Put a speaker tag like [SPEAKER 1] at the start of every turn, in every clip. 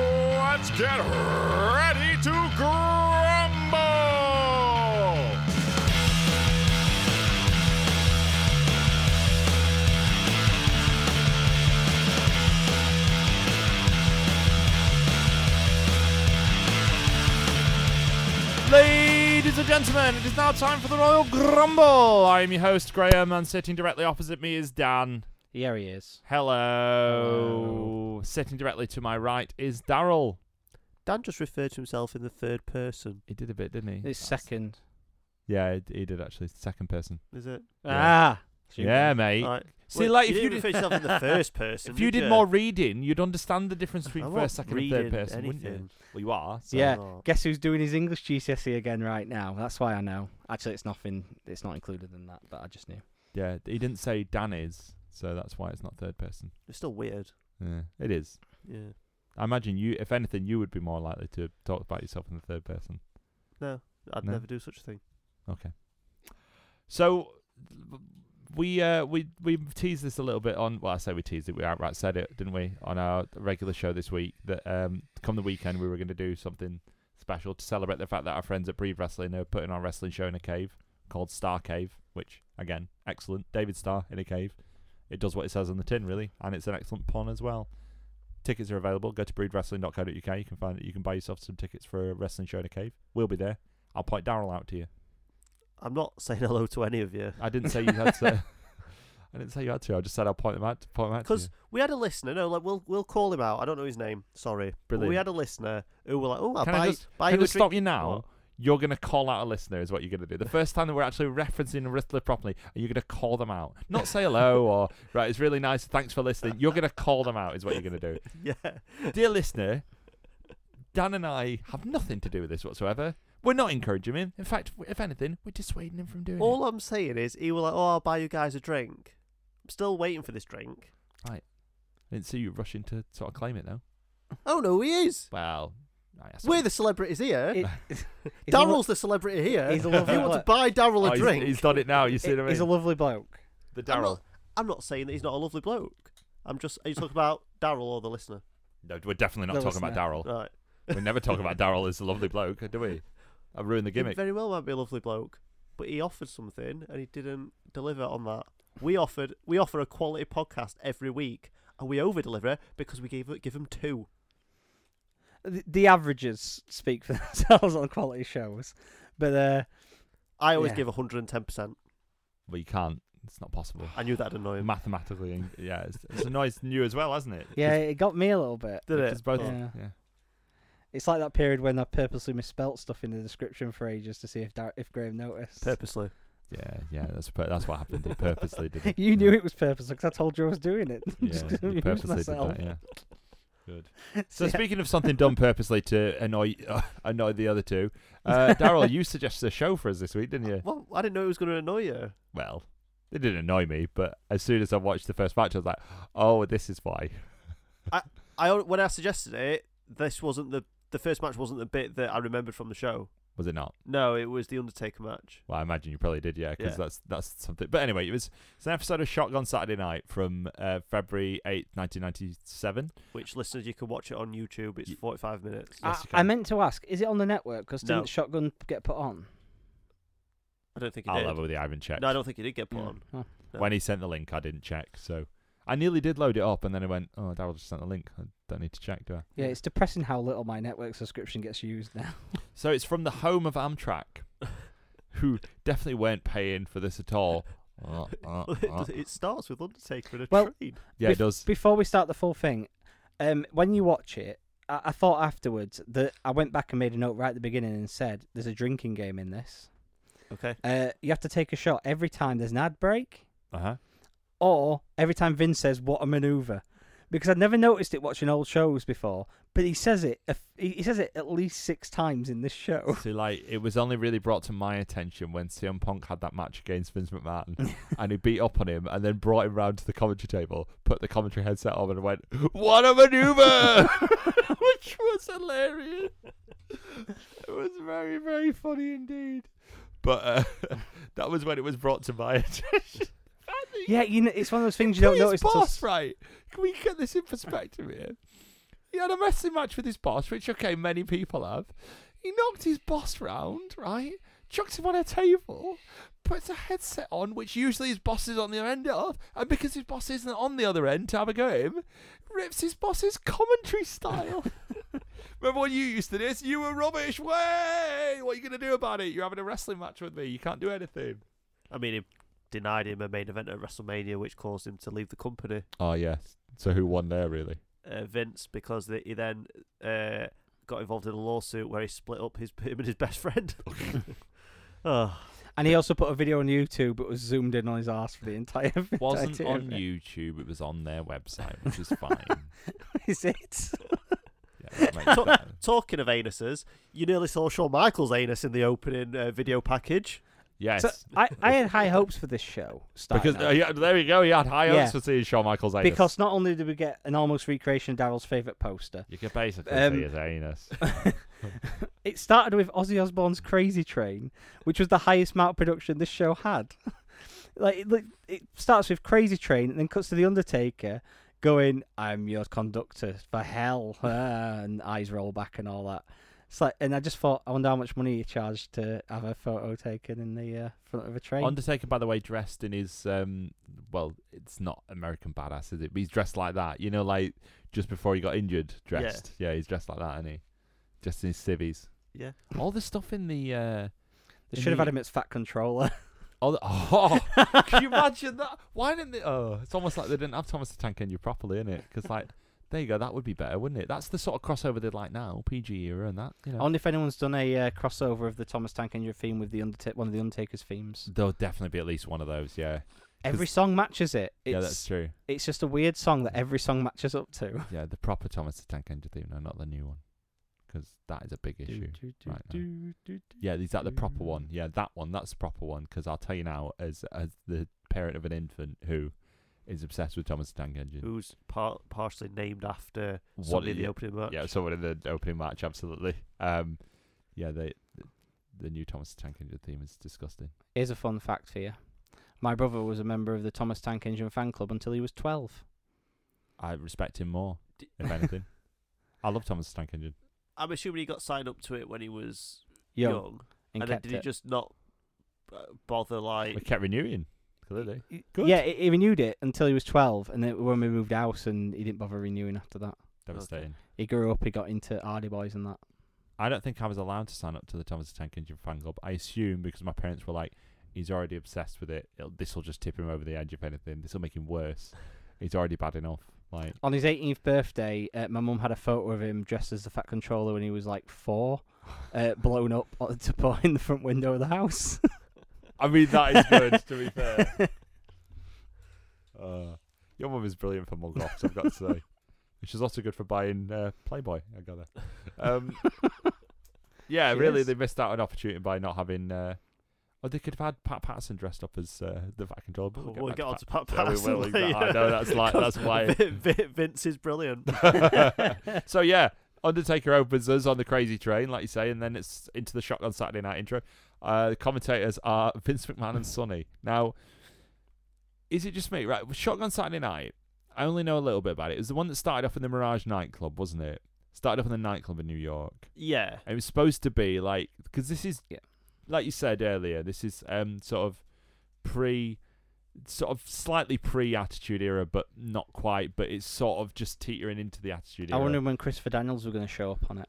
[SPEAKER 1] Let's get ready to grumble!
[SPEAKER 2] Ladies and gentlemen, it is now time for the Royal Grumble. I am your host, Graham, and sitting directly opposite me is Dan.
[SPEAKER 3] Yeah, he is.
[SPEAKER 2] Hello. Sitting directly to my right is Daryl.
[SPEAKER 4] Dan just referred to himself in the third person.
[SPEAKER 2] He did a bit, didn't he?
[SPEAKER 3] His second.
[SPEAKER 2] Yeah, he, he did actually. Second person.
[SPEAKER 4] Is it?
[SPEAKER 3] Ah.
[SPEAKER 2] Yeah, mate.
[SPEAKER 4] Right.
[SPEAKER 2] See, like, if you
[SPEAKER 4] you
[SPEAKER 2] did-
[SPEAKER 4] referred yourself in the first person,
[SPEAKER 2] if you did
[SPEAKER 4] ya?
[SPEAKER 2] more reading, you'd understand the difference
[SPEAKER 4] I
[SPEAKER 2] between
[SPEAKER 4] wasn't
[SPEAKER 2] first, second, and third
[SPEAKER 4] reading
[SPEAKER 2] person,
[SPEAKER 4] anything.
[SPEAKER 2] wouldn't you? Well, you are. So.
[SPEAKER 3] Yeah.
[SPEAKER 4] Oh.
[SPEAKER 3] Guess who's doing his English GCSE E again right now? That's why I know. Actually, it's nothing. It's not included in that, but I just knew.
[SPEAKER 2] Yeah, he didn't say Dan is, so that's why it's not third person.
[SPEAKER 4] It's still weird.
[SPEAKER 2] Yeah, it is.
[SPEAKER 4] Yeah.
[SPEAKER 2] I imagine you, if anything, you would be more likely to talk about yourself in the third person.
[SPEAKER 4] No, I'd
[SPEAKER 2] No.
[SPEAKER 4] never do such a thing.
[SPEAKER 2] So we uh we we teased this a little bit on well I say we teased it we outright said it didn't we on our regular show this week that um come the weekend we were going to do something special to celebrate the fact that our friends at Pre Wrestling are putting on a wrestling show in a cave called Star Cave which again excellent David Starr in a cave it does what it says on the tin really and it's an excellent pun as well tickets are available go to breedwrestling.co.uk you can find you can buy yourself some tickets for a wrestling show in a cave we'll be there I'll point Daryl out to you
[SPEAKER 4] I'm not saying hello to any of you.
[SPEAKER 2] I didn't say you had to. I didn't say you had to. I just said I'll point them out. Point them out to you.
[SPEAKER 4] Because we had a listener, no, like we'll we'll call him out. I don't know his name, sorry. But
[SPEAKER 2] Brilliant.
[SPEAKER 4] we had a listener who were like, "Oh, I'll
[SPEAKER 2] Can I
[SPEAKER 4] buy,
[SPEAKER 2] just-
[SPEAKER 4] buy
[SPEAKER 2] Can
[SPEAKER 4] you
[SPEAKER 2] I
[SPEAKER 4] a
[SPEAKER 2] just
[SPEAKER 4] drink."
[SPEAKER 2] stop you now?
[SPEAKER 4] What?
[SPEAKER 2] You're gonna call out a listener is what you're gonna do. The first time that we're actually referencing a wrestler properly, are you gonna call them out? Not say hello or right. It's really nice. Thanks for listening. You're gonna call them out is what you're gonna do.
[SPEAKER 4] Yeah,
[SPEAKER 2] Dear listener, Dan and I have nothing to do with this whatsoever. We're not encouraging him. In fact, if anything, we're dissuading him from doing
[SPEAKER 4] All I'm saying is, he was like, "Oh, I'll buy you guys a drink." I'm still waiting for this drink.
[SPEAKER 2] it. I didn't see you rushing to sort of claim it though.
[SPEAKER 4] Oh no, he is.
[SPEAKER 2] Well, I- I saw
[SPEAKER 4] We're
[SPEAKER 2] you-
[SPEAKER 4] the celebrities here.
[SPEAKER 3] It- He's a lo-
[SPEAKER 4] Daryl's the celebrity here.
[SPEAKER 3] he's a
[SPEAKER 4] you
[SPEAKER 3] lovely
[SPEAKER 4] want to
[SPEAKER 3] bloke.
[SPEAKER 4] buy Daryl
[SPEAKER 2] Oh,
[SPEAKER 4] a
[SPEAKER 2] he's-
[SPEAKER 4] drink?
[SPEAKER 2] He's, done it now. You see what I mean?
[SPEAKER 3] He's a lovely bloke.
[SPEAKER 2] the
[SPEAKER 4] I'm
[SPEAKER 2] Daryl.
[SPEAKER 4] not- I'm not saying that he's not a lovely bloke. I'm just. Are you talking about Daryl or the listener?
[SPEAKER 2] No, we're definitely not
[SPEAKER 3] The
[SPEAKER 2] talking about Daryl.
[SPEAKER 4] Right.
[SPEAKER 2] We never talk about Daryl as a lovely bloke, do we? I ruined the
[SPEAKER 4] He
[SPEAKER 2] gimmick.
[SPEAKER 4] very well might be a lovely bloke, but he offered something and he didn't deliver on that. We offered. We offer a quality podcast every week, and we over deliver because we gave give him two.
[SPEAKER 3] The, the averages speak for themselves on quality shows, but uh,
[SPEAKER 4] I always
[SPEAKER 3] Yeah.
[SPEAKER 4] give 110. percent
[SPEAKER 2] Well, you can't. It's not possible.
[SPEAKER 4] I knew that'd annoy him.
[SPEAKER 2] Mathematically, and- yeah, it's, it's a noise new as well, hasn't it?
[SPEAKER 3] yeah,
[SPEAKER 2] Because-
[SPEAKER 3] it got me a little bit.
[SPEAKER 4] Did
[SPEAKER 2] because
[SPEAKER 4] it? Oh,
[SPEAKER 2] both.
[SPEAKER 3] Yeah.
[SPEAKER 2] yeah.
[SPEAKER 3] It's like that period when I purposely misspelt stuff in the description for ages to see if Dar- if Graham noticed.
[SPEAKER 4] Purposely.
[SPEAKER 2] yeah, yeah, That's per- that's what happened. He purposely did it.
[SPEAKER 3] you knew it was purposely because I told you I was doing it.
[SPEAKER 2] Yeah,
[SPEAKER 3] Just
[SPEAKER 2] he
[SPEAKER 3] to amuse
[SPEAKER 2] purposely did
[SPEAKER 3] myself.
[SPEAKER 2] that. Yeah. Good. So
[SPEAKER 3] Yeah.
[SPEAKER 2] speaking of something done purposely to annoy annoy the other two, uh, Daryl, you suggested a show for us this week, didn't you?
[SPEAKER 4] Well, I didn't know it was going to annoy you.
[SPEAKER 2] well, it didn't annoy me, but as soon as I watched the first match, I was like, oh, this is why.
[SPEAKER 4] I al- when I suggested it, this wasn't the the first match wasn't the bit that I remembered from the show.
[SPEAKER 2] Was it not?
[SPEAKER 4] No, it was the Undertaker match.
[SPEAKER 2] Well, I imagine you probably did, yeah, because
[SPEAKER 4] Yeah.
[SPEAKER 2] that's that's something. But anyway, it was it's an episode of Shotgun Saturday Night from uh, February eighth, nineteen ninety seven.
[SPEAKER 4] Which listeners, you can watch it on YouTube. It's
[SPEAKER 2] Ye-
[SPEAKER 4] 45 minutes.
[SPEAKER 2] Yes,
[SPEAKER 3] I,
[SPEAKER 2] you
[SPEAKER 3] I
[SPEAKER 2] can.
[SPEAKER 3] meant to ask, is it on the network? Because
[SPEAKER 4] No.
[SPEAKER 3] didn't Shotgun get put on?
[SPEAKER 4] I don't think it
[SPEAKER 2] I'll
[SPEAKER 4] did.
[SPEAKER 2] level with the Iron check.
[SPEAKER 4] No, I don't think it did get put
[SPEAKER 3] Yeah.
[SPEAKER 4] on.
[SPEAKER 3] Oh.
[SPEAKER 4] no.
[SPEAKER 2] When he sent the link, I didn't check, so I nearly did load it up, and then I went, "Oh, Daryl just sent the link. I don't need to check, do I?"
[SPEAKER 3] Yeah, it's depressing how little my network subscription gets used now.
[SPEAKER 2] So it's from the home of Amtrak, who definitely weren't paying for this at all. Uh, uh,
[SPEAKER 4] Well, it,
[SPEAKER 2] uh.
[SPEAKER 4] does- it starts with Undertaker in a
[SPEAKER 3] Ah, Well-
[SPEAKER 4] train.
[SPEAKER 2] Yeah, it does.
[SPEAKER 3] Before we start the full thing, um, when you watch it, I, I thought afterwards that I went back and made a note right at the beginning and said, "There's a drinking game in this.
[SPEAKER 4] Okay.
[SPEAKER 3] Uh, you have to take a shot every time there's an ad break,
[SPEAKER 2] Uh huh.
[SPEAKER 3] or every time Vin says what a maneuver." Because I'd never noticed it watching old shows before, but he says it. a f- He he says it at least six times in this show.
[SPEAKER 2] So like it was only really brought to my attention when CM Punk had that match against Vince McMahon and he beat up on him and then brought him round to the commentary table, put the commentary headset on and went, What a maneuver Which was hilarious. It was very, very funny indeed. But uh, that was when it was brought to my attention. I think-
[SPEAKER 3] Yeah, you know, it's one of those things you don't
[SPEAKER 2] Please,
[SPEAKER 3] notice. till
[SPEAKER 2] boss,
[SPEAKER 3] s-
[SPEAKER 2] right? Can we get this in perspective here? He had a wrestling match with his boss, which okay, many people have. He knocked his boss round, right? Chucks him on a table, puts a headset on, which usually his boss is on the other end of, and because his boss isn't on the other end to have a go at him, rips his boss's commentary style. Remember when you used to this? You were rubbish. Way! What are you gonna do about it? You're having a wrestling match with me. You can't do anything.
[SPEAKER 4] I mean, he denied him a main event at WrestleMania, which caused him to leave the company.
[SPEAKER 2] Oh yes. So who won there really?
[SPEAKER 4] uh, Vince because the, he then uh, got involved in a lawsuit where he split up his him and his best friend. oh,
[SPEAKER 3] And he also put a video on YouTube, but was zoomed in on his ass for the entire.
[SPEAKER 2] Wasn't
[SPEAKER 3] entirety of
[SPEAKER 2] on
[SPEAKER 3] it.
[SPEAKER 2] YouTube. It was on their website, which is fine.
[SPEAKER 3] Is it?
[SPEAKER 2] Yeah, that makes
[SPEAKER 4] So-
[SPEAKER 2] that-
[SPEAKER 4] talking of anuses, you nearly saw Shawn Michaels' anus in the opening uh, video package.
[SPEAKER 2] Yes.
[SPEAKER 3] So I, I had high hopes for this show. starting
[SPEAKER 2] because
[SPEAKER 3] out.
[SPEAKER 2] uh, yeah, there you go. He had high hopes
[SPEAKER 3] Yeah.
[SPEAKER 2] for seeing Shawn Michaels' anus.
[SPEAKER 3] because not only did we get an almost recreation of Daryl's favourite poster,
[SPEAKER 2] you could basically
[SPEAKER 3] Um,
[SPEAKER 2] see his anus.
[SPEAKER 3] it started with Ozzy Osbourne's Crazy Train, which was the highest amount production this show had. like, it, like, it starts with Crazy Train and then cuts to The Undertaker going, I'm your conductor for hell, ah, and eyes roll back and all that. It's like, and I just thought, I wonder how much money you charge to have a photo taken in the uh, front of a train.
[SPEAKER 2] Undertaker, by the way, dressed in his um, well, it's not American badass, is it? But he's dressed like that. You know, like just before he got injured, dressed. Yeah, he's dressed like that, and he just in his civvies.
[SPEAKER 4] Yeah.
[SPEAKER 2] All the stuff in the uh,
[SPEAKER 3] they should have had
[SPEAKER 2] in
[SPEAKER 3] him as Fat Controller.
[SPEAKER 2] all the, oh, Can you imagine that? Why didn't they? Oh, it's almost like they didn't have Thomas the Tank Engine properly, is it? Because like, there you go, that would be better, wouldn't it? That's the sort of crossover they'd like now, PG era, and that. You know,
[SPEAKER 3] Only if anyone's done a uh, crossover of the Thomas Tank Engine theme with the Undert- one of the Undertaker's themes.
[SPEAKER 2] there'll definitely be at least one of those. Yeah,
[SPEAKER 3] Every song matches it. It's,
[SPEAKER 2] yeah, that's true.
[SPEAKER 3] it's just a weird song that every song matches up to.
[SPEAKER 2] Yeah, the proper Thomas the Tank Engine theme, no, not the new one, because that is a big issue. right now. Yeah, is that the proper one? Yeah, that one. That's the proper one. Because I'll tell you now, as as the parent of an infant who is obsessed with Thomas the Tank Engine.
[SPEAKER 4] Who's par- partially named after
[SPEAKER 2] What
[SPEAKER 4] somebody in
[SPEAKER 2] idiot.
[SPEAKER 4] the opening match?
[SPEAKER 2] Yeah, someone in the opening match, absolutely. Um, yeah, they, the new Thomas the Tank Engine theme is disgusting.
[SPEAKER 3] Here's a fun fact for you. My brother was a member of the Thomas Tank Engine fan club until he was 12.
[SPEAKER 2] I respect him more, if anything. I love Thomas the Tank Engine.
[SPEAKER 4] I'm assuming he got signed up to it when he was
[SPEAKER 3] Yo,
[SPEAKER 4] young,
[SPEAKER 3] and,
[SPEAKER 4] and then
[SPEAKER 3] kept
[SPEAKER 4] did he
[SPEAKER 3] it.
[SPEAKER 4] just not uh, bother
[SPEAKER 2] We
[SPEAKER 4] like?
[SPEAKER 2] kept renewing, clearly. Good.
[SPEAKER 3] Yeah, he, he renewed it until he was 12, and then when we moved house, and he didn't bother renewing after that.
[SPEAKER 2] Devastating.
[SPEAKER 3] He grew up, he got into Hardy Boys and that.
[SPEAKER 2] I don't think I was allowed to sign up to the Thomas the Tank Engine fan club. I assume because my parents were like, he's already obsessed with it. It'll, this will just tip him over the edge, if anything. This will make him worse. He's already bad enough. Like,
[SPEAKER 3] On his 18th birthday, uh, my mum had a photo of him dressed as the Fat Controller when he was like four, uh, blown up on- to put in the front window of the house.
[SPEAKER 2] I mean, that is good, to be fair. Uh, your mum is brilliant for mug offs, I've got to say. Which is also good for buying uh, Playboy, I gather. Um, yeah,
[SPEAKER 3] She
[SPEAKER 2] really,
[SPEAKER 3] is.
[SPEAKER 2] they missed out on opportunity by not having. Uh, oh, they could have had Pat Patterson dressed up as uh, the Fat Controller. But
[SPEAKER 4] We'll,
[SPEAKER 2] get
[SPEAKER 4] we'll
[SPEAKER 2] back
[SPEAKER 4] get
[SPEAKER 2] to
[SPEAKER 4] "Oh, on
[SPEAKER 2] Pat-
[SPEAKER 4] to Pat
[SPEAKER 2] Yeah, we
[SPEAKER 4] Patterson.
[SPEAKER 2] will, exactly. I know, that's like- that's why-
[SPEAKER 4] Vin- Vin- Vince is brilliant.
[SPEAKER 2] so yeah, Undertaker opens us on the crazy train, like you say, and then it's into the shotgun Saturday night intro. Uh, the commentators are Vince McMahon and Sonny. Now, is it just me? Right, with shotgun Saturday night. I only know a little bit about it. It was the one that started off in the Mirage nightclub, wasn't it? Started off in the nightclub in New York.
[SPEAKER 4] Yeah.
[SPEAKER 2] It was supposed to be like because this is
[SPEAKER 3] Yeah.
[SPEAKER 2] like you said earlier. This is um sort of pre, sort of slightly pre Attitude Era, but not quite. But it's sort of just teetering into the Attitude
[SPEAKER 3] I
[SPEAKER 2] Era.
[SPEAKER 3] wonder when Christopher Daniels were going to show up on it.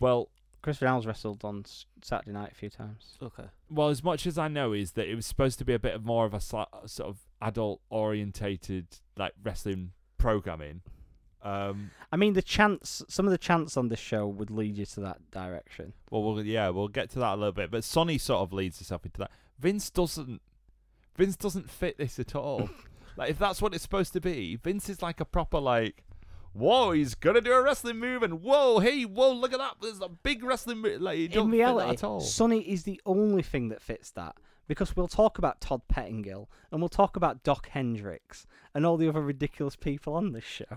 [SPEAKER 2] Well,
[SPEAKER 3] Christopher Daniels wrestled on s- Saturday night a few times.
[SPEAKER 4] Okay.
[SPEAKER 2] well, as much as I know, is that it was supposed to be a bit of more of a sli- uh, sort of adult orientated like wrestling programming. Um,
[SPEAKER 3] I mean, the chants, some of the chants on this show would lead you to that direction.
[SPEAKER 2] well, we'll yeah, we'll get to that a little bit, but Sonny sort of leads himself into that. Vince doesn't. Vince doesn't fit this at all. like if that's what it's supposed to be, Vince is like a proper like. Whoa, he's gonna do a wrestling move, and whoa, hey, whoa, look at that! There's a big wrestling move. Like, you don't
[SPEAKER 3] In
[SPEAKER 2] fit that
[SPEAKER 3] reality,
[SPEAKER 2] at all.
[SPEAKER 3] Sonny is the only thing that fits that because we'll talk about Todd Pettingill and we'll talk about Doc Hendricks and all the other ridiculous people on this show.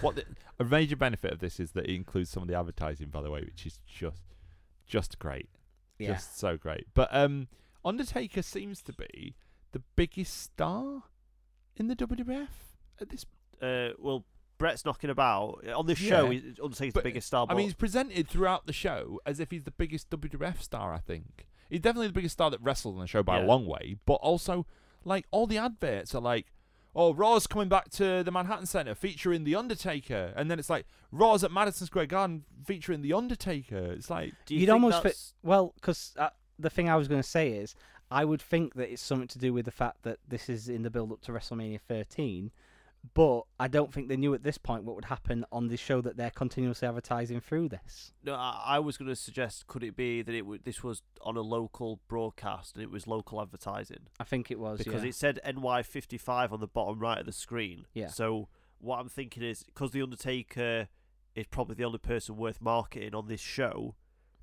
[SPEAKER 2] what the, a major benefit of this is that it includes some of the advertising, by the way, which is just just great, just so great. But um, Undertaker seems to be the biggest star in the WWF at this.
[SPEAKER 4] Uh, well, Brett's knocking about on this show.
[SPEAKER 2] Yeah.
[SPEAKER 4] he's- Undertaker's the
[SPEAKER 2] But,
[SPEAKER 4] biggest star.
[SPEAKER 2] I
[SPEAKER 4] But
[SPEAKER 2] mean, he's presented throughout the show as if he's the biggest WWF star. I think he's definitely the biggest star that wrestled on the show by a
[SPEAKER 4] Yeah.
[SPEAKER 2] long way. But also, like all the adverts are like, "Oh, Raw's coming back to the Manhattan Center featuring the Undertaker," and then it's like Raw's at Madison Square Garden featuring the Undertaker. It's like,
[SPEAKER 4] do you
[SPEAKER 3] would
[SPEAKER 4] think
[SPEAKER 3] almost fit.
[SPEAKER 4] that's-
[SPEAKER 3] Well, because uh, the thing I was going to say is, I would think that it's something to do with the fact that this is in the build up to WrestleMania 13, but I don't think they knew at this point what would happen on the show that they're continuously advertising through this.
[SPEAKER 4] No, I, I was going to suggest. Could it be that it w- this was on a local broadcast and it was local advertising
[SPEAKER 3] I think it
[SPEAKER 2] Oh,
[SPEAKER 3] was
[SPEAKER 4] because
[SPEAKER 3] yeah.
[SPEAKER 4] it said NY fifty five on the bottom right of the screen.
[SPEAKER 3] Yeah.
[SPEAKER 4] So what I'm thinking is because the Undertaker is probably the only person worth marketing on this show.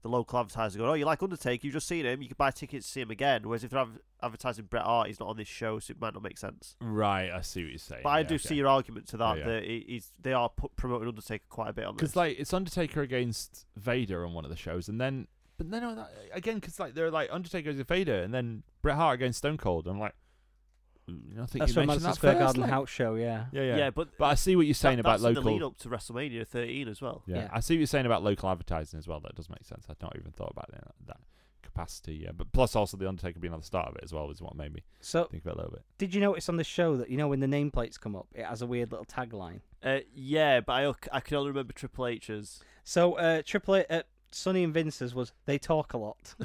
[SPEAKER 4] The local advertiser going, oh, you like Undertaker? You've just seen him. You can buy tickets to see him again. Whereas if they're adver- advertising Bret Hart, he's not on this show, so it might not make sense.
[SPEAKER 2] right, I see what you're saying.
[SPEAKER 4] But I do see your argument to that
[SPEAKER 2] Yeah, yeah.
[SPEAKER 4] that he- he's they are pu- promoting Undertaker quite a bit on this.
[SPEAKER 2] because like it's Undertaker against Vader on one of the shows, and then but then uh, again because like they're like Undertaker against Vader, and then Bret Hart against Stone Cold. I'm like, mm, I think
[SPEAKER 3] That's
[SPEAKER 2] you
[SPEAKER 3] from
[SPEAKER 2] mentioned
[SPEAKER 3] Madison
[SPEAKER 2] that
[SPEAKER 3] Square
[SPEAKER 2] first,
[SPEAKER 3] Garden
[SPEAKER 2] like-
[SPEAKER 3] house show, yeah.
[SPEAKER 2] Yeah,
[SPEAKER 4] yeah.
[SPEAKER 2] yeah,
[SPEAKER 4] but
[SPEAKER 2] But I see what you're saying
[SPEAKER 4] that-
[SPEAKER 2] about
[SPEAKER 4] that's in the
[SPEAKER 2] local.
[SPEAKER 4] lead up to WrestleMania 13 as well.
[SPEAKER 2] Yeah.
[SPEAKER 3] Yeah.
[SPEAKER 2] I see what you're saying about local advertising as well. That does make sense. I'd not even thought about it in that, that capacity. Yeah, but plus also the Undertaker being on the start of it as well is what made me
[SPEAKER 3] So,
[SPEAKER 2] think of it a little bit.
[SPEAKER 3] did you notice on the show that you know when the nameplates come up, it has a weird little tagline.
[SPEAKER 4] Uh, yeah, but I, I can only remember Triple H's.
[SPEAKER 3] So, uh, Triple A, uh, Sonny and Vince's was they talk a lot.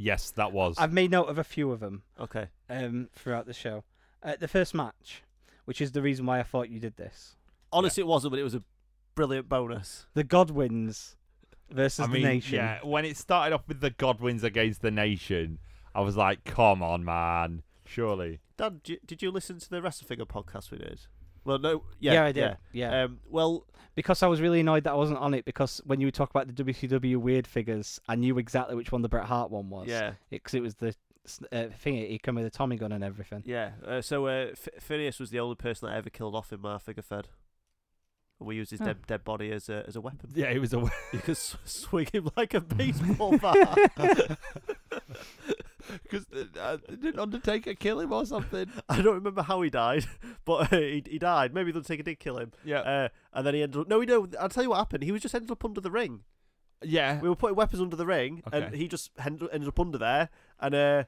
[SPEAKER 2] Yes, that was.
[SPEAKER 3] I've made note of a few of them.
[SPEAKER 4] Okay.
[SPEAKER 3] um, throughout the show. Uh, the first match, which is the reason why I thought you did this,
[SPEAKER 4] Honestly, it wasn't, but it was a brilliant bonus.
[SPEAKER 3] the Godwins versus
[SPEAKER 2] I mean,
[SPEAKER 3] the Nation.
[SPEAKER 2] yeah. When it started off with the Godwins against the Nation, I was like, "Come on, man! Surely."
[SPEAKER 4] Dan, d- did you listen to the Wrestle Finger podcast we did? Well, no. Yeah,
[SPEAKER 3] Yeah, I did. Yeah,
[SPEAKER 4] Um, well,
[SPEAKER 3] because I was really annoyed that I wasn't on it. Because when you talk about the WCW weird figures, I knew exactly which one the Bret Hart one was.
[SPEAKER 4] yeah,
[SPEAKER 3] because it, was the s- uh, thing he came with a Tommy gun and everything.
[SPEAKER 4] yeah. Uh, so uh, F- Phineas was the only person that I ever killed off in my figure fed. And we used his
[SPEAKER 3] Huh.
[SPEAKER 4] dead, dead body as a, as a weapon.
[SPEAKER 2] Yeah, it was a.
[SPEAKER 4] You could s- swing him like a baseball bat.
[SPEAKER 2] Because uh, did Undertaker kill him or something?
[SPEAKER 4] I don't remember how he died, but uh, he, he died. Maybe the Undertaker did kill him.
[SPEAKER 2] Yeah,
[SPEAKER 4] Uh, and then he ended up. No, we know. I'll tell you what happened. He was just ended up under the ring.
[SPEAKER 2] yeah.
[SPEAKER 4] We were putting weapons under the ring, and
[SPEAKER 2] Okay.
[SPEAKER 4] he just end- ended up under there. And uh,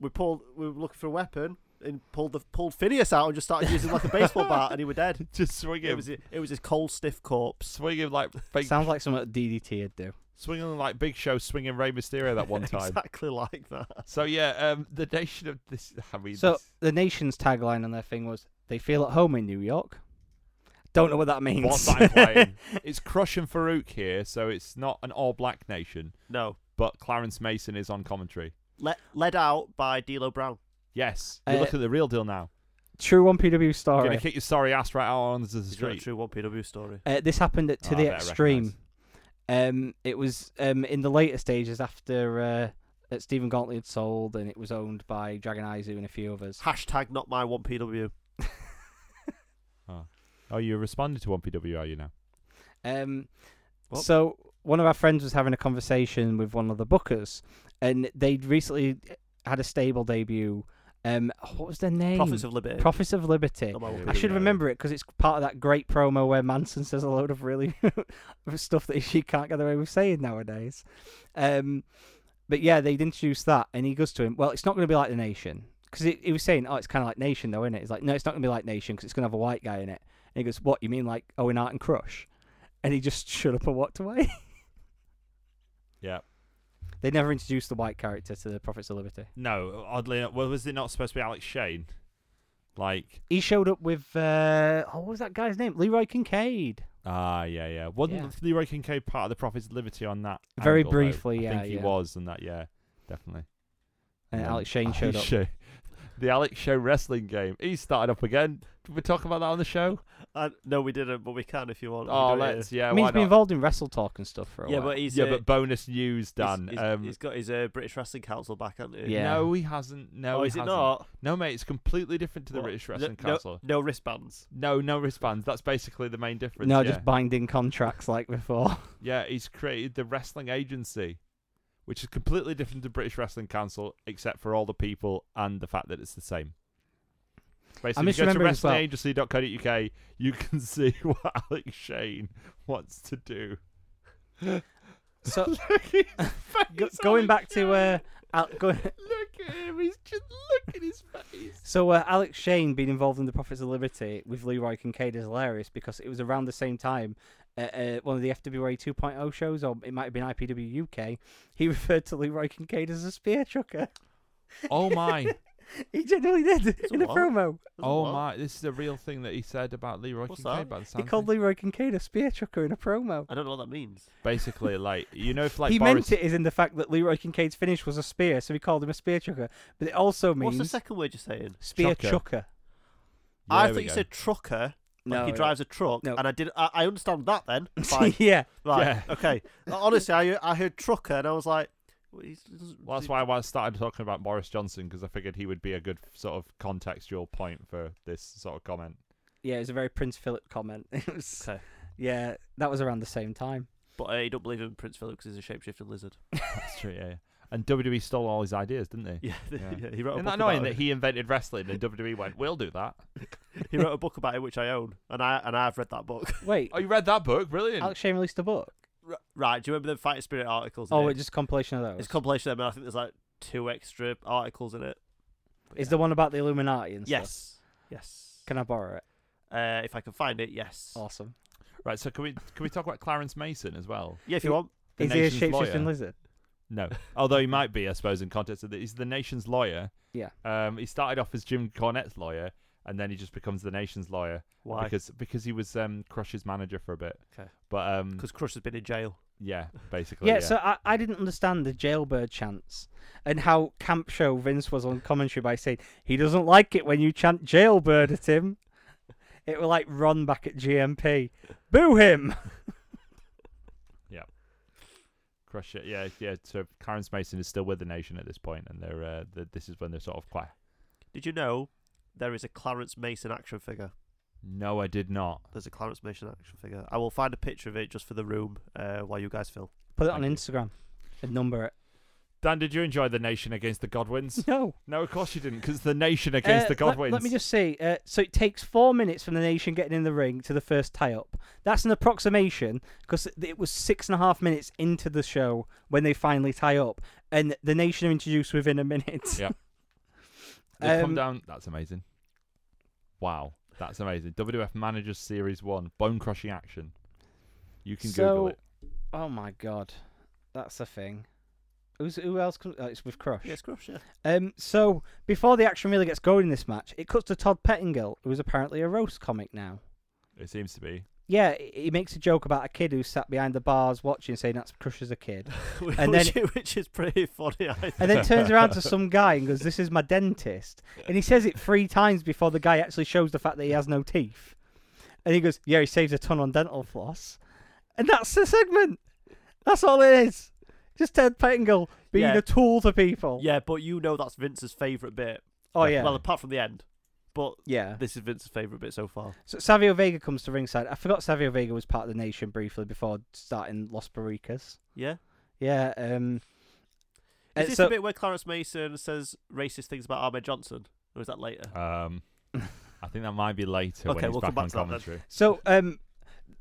[SPEAKER 4] we pulled. We were looking for a weapon, and pulled the pulled Phineas out and just started using like a baseball bat, and he was dead.
[SPEAKER 2] Just swing
[SPEAKER 4] It
[SPEAKER 2] him,
[SPEAKER 4] was it was his cold stiff corpse.
[SPEAKER 2] swing him like fake,
[SPEAKER 3] Sounds like something that DDT would do.
[SPEAKER 2] swinging like Big Show, swinging Rey Mysterio that one time.
[SPEAKER 4] exactly like that.
[SPEAKER 2] So yeah, um, the nation of this. I mean,
[SPEAKER 3] So
[SPEAKER 2] this-
[SPEAKER 3] the Nation's tagline on their thing was "They feel at home in New York." Don't know what that means.
[SPEAKER 2] What's that implying? it's Crush and Farouk here, so it's not an all-black nation.
[SPEAKER 4] No,
[SPEAKER 2] But Clarence Mason is on commentary.
[SPEAKER 4] Le- led out by D'Lo Brown.
[SPEAKER 2] Yes, you
[SPEAKER 3] Uh,
[SPEAKER 2] look at the real deal now.
[SPEAKER 3] True one PW
[SPEAKER 2] You're
[SPEAKER 3] story.
[SPEAKER 2] gonna kick your sorry ass right out onto the
[SPEAKER 4] He's got a
[SPEAKER 2] street.
[SPEAKER 4] true one PW story.
[SPEAKER 3] Uh, this happened at, to
[SPEAKER 2] Oh, I
[SPEAKER 3] the
[SPEAKER 2] better
[SPEAKER 3] extreme. Um, it was um, in the later stages after uh, uh, Stephen Gauntlet had sold, and it was owned by Dragon Izu and a few others.
[SPEAKER 4] Hashtag not my one PW.
[SPEAKER 2] Oh, you responded to one PW, are you now?
[SPEAKER 3] Um,
[SPEAKER 4] What?
[SPEAKER 3] so one of our friends was having a conversation with one of the bookers, and they'd recently had a stable debut. Um, what was their name?
[SPEAKER 4] Prophets of Liberty.
[SPEAKER 3] Prophets of Liberty.
[SPEAKER 4] Not my one
[SPEAKER 2] I
[SPEAKER 4] PW.
[SPEAKER 3] I should remember it because it's part of that great promo where Manson says a load of really stuff that she can't get away with saying nowadays. Um, but yeah, they'd introduced that, and he goes to him, "Well, it's not going to be like the Nation," because he, he was saying, "Oh, it's kind of like Nation, though, isn't it?" He's like, "No, it's not going to be like Nation because it's going to have a white guy in it." And he goes, "What you mean, like Owen Hart and Crush?" And he just shut up and walked away.
[SPEAKER 2] Yeah.
[SPEAKER 3] they never introduced the white character to the Prophets of Liberty.
[SPEAKER 2] No, oddly, enough- well, was it not supposed to be Alex Shane? Like,
[SPEAKER 3] He showed up with uh, oh, what was that guy's name? Leroy Kincaid.
[SPEAKER 2] ah, yeah, yeah. Wasn't
[SPEAKER 3] Yeah.
[SPEAKER 2] Leroy Kincaid part of the Prophets of Liberty on that?
[SPEAKER 3] Very
[SPEAKER 2] angle, though?
[SPEAKER 3] briefly, yeah,
[SPEAKER 2] I think he
[SPEAKER 3] yeah.
[SPEAKER 2] was, and that, yeah, definitely.
[SPEAKER 3] And
[SPEAKER 2] then
[SPEAKER 3] Alex Shane
[SPEAKER 2] Alex
[SPEAKER 3] showed up.
[SPEAKER 2] Shea- the Alex Show wrestling game. He started up again. Did we talk about that on the show?
[SPEAKER 4] Uh, no, we didn't, but we can if you want. We can
[SPEAKER 2] Oh,
[SPEAKER 4] do it here.
[SPEAKER 2] let's yeah.
[SPEAKER 3] I mean,
[SPEAKER 2] why
[SPEAKER 3] he's been
[SPEAKER 2] not?
[SPEAKER 3] involved in wrestle talk and stuff for a
[SPEAKER 4] Yeah,
[SPEAKER 3] while.
[SPEAKER 4] but he's
[SPEAKER 2] yeah,
[SPEAKER 4] uh,
[SPEAKER 2] but bonus news, Dan.
[SPEAKER 4] He's, he's-
[SPEAKER 2] um,
[SPEAKER 4] he's got his uh, British Wrestling Council back, hasn't he?
[SPEAKER 3] Yeah.
[SPEAKER 2] No, he hasn't. No,
[SPEAKER 4] oh,
[SPEAKER 2] he
[SPEAKER 4] is it
[SPEAKER 2] hasn't.
[SPEAKER 4] not?
[SPEAKER 2] No, mate, it's completely different to the
[SPEAKER 4] What?
[SPEAKER 2] British
[SPEAKER 4] No-
[SPEAKER 2] Wrestling
[SPEAKER 4] no,
[SPEAKER 2] Council.
[SPEAKER 4] No wristbands.
[SPEAKER 2] No, no wristbands. That's basically the main difference.
[SPEAKER 3] No,
[SPEAKER 2] yeah.
[SPEAKER 3] just binding contracts like before.
[SPEAKER 2] yeah, he's created the wrestling agency, which is completely different to British Wrestling Council, except for all the people and the fact that it's the same. Basically, if you go to
[SPEAKER 3] misremembering as well.
[SPEAKER 2] wrestlingagency.co.uk, you can see what Alex Shane wants to do.
[SPEAKER 3] So
[SPEAKER 2] Look at his
[SPEAKER 3] go,
[SPEAKER 2] face,
[SPEAKER 3] going
[SPEAKER 2] Alex
[SPEAKER 3] back to uh,
[SPEAKER 2] Shane.
[SPEAKER 3] Al, go,
[SPEAKER 2] Look at him. He's just look at his face.
[SPEAKER 3] so uh, Alex Shane being involved in the Prophets of Liberty with Leroy Kincaid is hilarious because it was around the same time. Uh, uh, one of the FWA 2.0 shows, or it might have been IPW UK, he referred to Leroy Kincaid as a spear chucker.
[SPEAKER 2] Oh my!
[SPEAKER 3] He genuinely did in a
[SPEAKER 4] what?
[SPEAKER 3] promo.
[SPEAKER 2] Oh my! This is a real thing that he said about Leroy
[SPEAKER 4] What's
[SPEAKER 2] Kincaid.
[SPEAKER 4] that?
[SPEAKER 2] By the
[SPEAKER 3] He
[SPEAKER 2] sounds
[SPEAKER 3] called
[SPEAKER 2] of it.
[SPEAKER 3] Leroy Kincaid a spear chucker in a promo.
[SPEAKER 4] I don't know what that means.
[SPEAKER 2] basically like you know if like
[SPEAKER 3] he
[SPEAKER 2] Boris,
[SPEAKER 3] meant it is in the fact that Leroy Kincaid's finish was a spear, so he called him a spear chucker. But it also
[SPEAKER 4] What's the
[SPEAKER 3] means
[SPEAKER 4] second word you're saying?
[SPEAKER 3] spear
[SPEAKER 2] Chucker.
[SPEAKER 3] chucker.
[SPEAKER 4] I
[SPEAKER 2] There we
[SPEAKER 4] thought you
[SPEAKER 2] go.
[SPEAKER 4] said trucker, like
[SPEAKER 3] No,
[SPEAKER 4] he
[SPEAKER 3] no.
[SPEAKER 4] drives a truck,
[SPEAKER 3] No.
[SPEAKER 4] and I did. I, I understand that then. Fine.
[SPEAKER 3] yeah,
[SPEAKER 4] Right.
[SPEAKER 2] Yeah.
[SPEAKER 4] Okay. Honestly, I I heard trucker, and I was like, well, he's, he doesn't-
[SPEAKER 2] Well, that's why I started talking about Boris Johnson because I figured he would be a good sort of contextual point for this sort of comment.
[SPEAKER 3] yeah. It was a very Prince Philip comment. It was,
[SPEAKER 4] Okay.
[SPEAKER 3] yeah, that was around the same time.
[SPEAKER 4] But uh, you don't believe in Prince Philip because he's a shapeshifting lizard.
[SPEAKER 2] That's true, yeah. yeah. And WWE stole all his ideas, didn't they?
[SPEAKER 4] Yeah.
[SPEAKER 2] Yeah.
[SPEAKER 4] yeah, he wrote a
[SPEAKER 2] Isn't
[SPEAKER 4] book
[SPEAKER 2] that annoying
[SPEAKER 4] about
[SPEAKER 2] that
[SPEAKER 4] it.
[SPEAKER 2] he invented wrestling and WWE went, "We'll do that."
[SPEAKER 4] He wrote a book about it, which I own, and I and I've read that book.
[SPEAKER 3] Wait,
[SPEAKER 2] Oh, you read that book? Brilliant.
[SPEAKER 3] Alex Shane released a book.
[SPEAKER 4] R- right. Do you remember the Fighting Spirit articles? in
[SPEAKER 3] Oh,
[SPEAKER 4] it?
[SPEAKER 3] it's just a compilation of those.
[SPEAKER 4] it's a compilation of them. And I think there's like two extra articles in it. But
[SPEAKER 3] is
[SPEAKER 4] yeah.
[SPEAKER 3] the one about the Illuminati and stuff.
[SPEAKER 4] Yes. Yes.
[SPEAKER 3] Can I borrow it?
[SPEAKER 4] Uh, if I can find it, yes.
[SPEAKER 3] Awesome.
[SPEAKER 2] right. So can we can we talk about Clarence Mason as well?
[SPEAKER 4] Yeah, if you
[SPEAKER 3] It-
[SPEAKER 4] want.
[SPEAKER 2] The
[SPEAKER 3] is he a
[SPEAKER 2] nation's lawyer.
[SPEAKER 3] shapeshifting lizard?
[SPEAKER 2] No, although he might be, I suppose, in context of that he's the nation's lawyer.
[SPEAKER 3] Yeah.
[SPEAKER 2] Um, he started off as Jim Cornette's lawyer, and then he just becomes the nation's lawyer
[SPEAKER 4] Why?
[SPEAKER 2] because because he was um Crush's manager for a bit.
[SPEAKER 4] Okay.
[SPEAKER 2] But um,
[SPEAKER 4] Because Crush has been in jail.
[SPEAKER 2] yeah, basically.
[SPEAKER 3] Yeah, so I, I didn't understand the jailbird chants and how camp show Vince was on commentary by saying he doesn't like it when you chant jailbird at him. It were like run back at GMP. Boo him!
[SPEAKER 2] Crush it. Yeah, yeah. So Clarence Mason is still with the nation at this point, and they're uh, th this is when they're sort of quite.
[SPEAKER 4] Did you know there is a Clarence Mason action figure?
[SPEAKER 2] No, I did not.
[SPEAKER 4] There's a Clarence Mason action figure. I will find a picture of it just for the room uh, while you guys film.
[SPEAKER 3] Put it
[SPEAKER 2] Thank
[SPEAKER 3] on
[SPEAKER 2] you.
[SPEAKER 3] Instagram and number it.
[SPEAKER 2] Dan, did you enjoy the nation against the Godwins?
[SPEAKER 3] No.
[SPEAKER 2] no, of course you didn't, because the nation against
[SPEAKER 3] Uh,
[SPEAKER 2] the
[SPEAKER 3] let-
[SPEAKER 2] Godwins.
[SPEAKER 3] Let, me just say, uh, so it takes four minutes from the nation getting in the ring to the first tie-up. That's an approximation because it was six and a half minutes into the show when they finally tie up, and the nation are introduced within a minute.
[SPEAKER 2] Yeah. They come
[SPEAKER 3] Um,
[SPEAKER 2] down. That's amazing. Wow, that's amazing. WWF Managers Series One, bone crushing action. You can Google
[SPEAKER 3] So-
[SPEAKER 2] it.
[SPEAKER 3] Oh my god, that's a thing. Who's who else? Comes, oh, it's with Crush.
[SPEAKER 4] Yes, Crush, yeah.
[SPEAKER 3] Um. So before the action really gets going in this match, it cuts to Todd Pettingill, who is apparently a roast comic now.
[SPEAKER 2] It seems to be.
[SPEAKER 3] Yeah, he he makes a joke about a kid who sat behind the bars watching, saying that's Crush as a kid,
[SPEAKER 4] which,
[SPEAKER 3] And then-
[SPEAKER 4] which is pretty funny, I think.
[SPEAKER 3] and then turns around to some guy and goes, "This is my dentist," and he says it three times before the guy actually shows the fact that he has no teeth, and he goes, "Yeah, he saves a ton on dental floss," and that's the segment. That's all it is. Just Ted Pettingill being
[SPEAKER 4] Yeah.
[SPEAKER 3] a tool to people.
[SPEAKER 4] Yeah, but you know that's Vince's favourite bit.
[SPEAKER 3] Oh yeah.
[SPEAKER 4] Well, apart from the end. But
[SPEAKER 3] yeah.
[SPEAKER 4] this is Vince's favourite bit so far.
[SPEAKER 3] So Savio Vega comes to ringside. I forgot Savio Vega was part of the nation briefly before starting Los Barricas.
[SPEAKER 4] Yeah?
[SPEAKER 3] Yeah. Um.
[SPEAKER 4] Is
[SPEAKER 3] uh,
[SPEAKER 4] this
[SPEAKER 3] so-
[SPEAKER 4] the bit where Clarence Mason says racist things about Ahmed Johnson? Or is that later?
[SPEAKER 2] Um, I think that might be later when
[SPEAKER 4] Okay,
[SPEAKER 2] he's
[SPEAKER 4] we'll
[SPEAKER 2] back
[SPEAKER 4] come back
[SPEAKER 2] on
[SPEAKER 4] to that then.
[SPEAKER 2] commentary.
[SPEAKER 3] So um,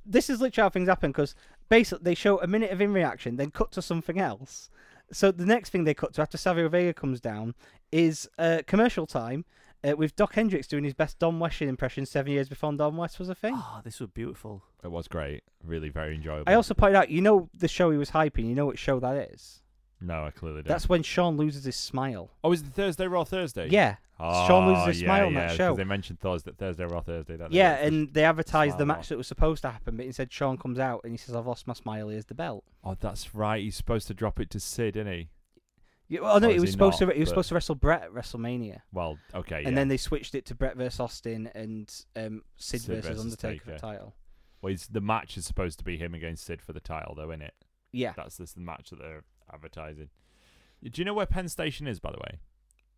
[SPEAKER 3] this is literally how things happen because basically they show a minute of in reaction, then cut to something else. So the next thing they cut to after Savio Vega comes down is uh, commercial time uh, with Doc Hendricks doing his best Don Weston impression seven years before Don West was a thing.
[SPEAKER 4] Ah, this was beautiful.
[SPEAKER 2] It was great. Really, very enjoyable.
[SPEAKER 3] I also pointed out, you know, the show he was hyping. You know what show that is?
[SPEAKER 2] no, I clearly don't.
[SPEAKER 3] That's when Sean loses his smile.
[SPEAKER 2] oh, is it Thursday Raw Thursday?
[SPEAKER 3] Yeah.
[SPEAKER 2] Oh,
[SPEAKER 3] Shawn loses his
[SPEAKER 2] yeah,
[SPEAKER 3] smile on
[SPEAKER 2] yeah,
[SPEAKER 3] that
[SPEAKER 2] 'cause
[SPEAKER 3] show.
[SPEAKER 2] They mentioned Thursday, Thursday Raw Thursday. That they
[SPEAKER 3] Yeah,
[SPEAKER 2] did. It's
[SPEAKER 3] and they advertised the
[SPEAKER 2] smile
[SPEAKER 3] match that was supposed to happen, but instead Sean comes out and he says, "I've lost my smile. Here's the belt."
[SPEAKER 2] just- oh, that's right. He's supposed to drop it to Sid, isn't he?
[SPEAKER 3] Yeah, well, no,
[SPEAKER 2] Or
[SPEAKER 3] he
[SPEAKER 2] Oh, is
[SPEAKER 3] was
[SPEAKER 2] he
[SPEAKER 3] supposed
[SPEAKER 2] not,
[SPEAKER 3] to. He was
[SPEAKER 2] but-
[SPEAKER 3] supposed to wrestle Brett at WrestleMania,
[SPEAKER 2] Well, okay.
[SPEAKER 3] and
[SPEAKER 2] yeah.
[SPEAKER 3] then they switched it to Brett versus Austin and um, Sid,
[SPEAKER 2] Sid
[SPEAKER 3] versus,
[SPEAKER 2] versus
[SPEAKER 3] Undertaker for
[SPEAKER 2] Taker.
[SPEAKER 3] the title.
[SPEAKER 2] well, he's, the match is supposed to be him against Sid for the title, though, isn't it?
[SPEAKER 3] Yeah,
[SPEAKER 2] That's this the match that they're advertising. Do you know where Penn Station is, by the way?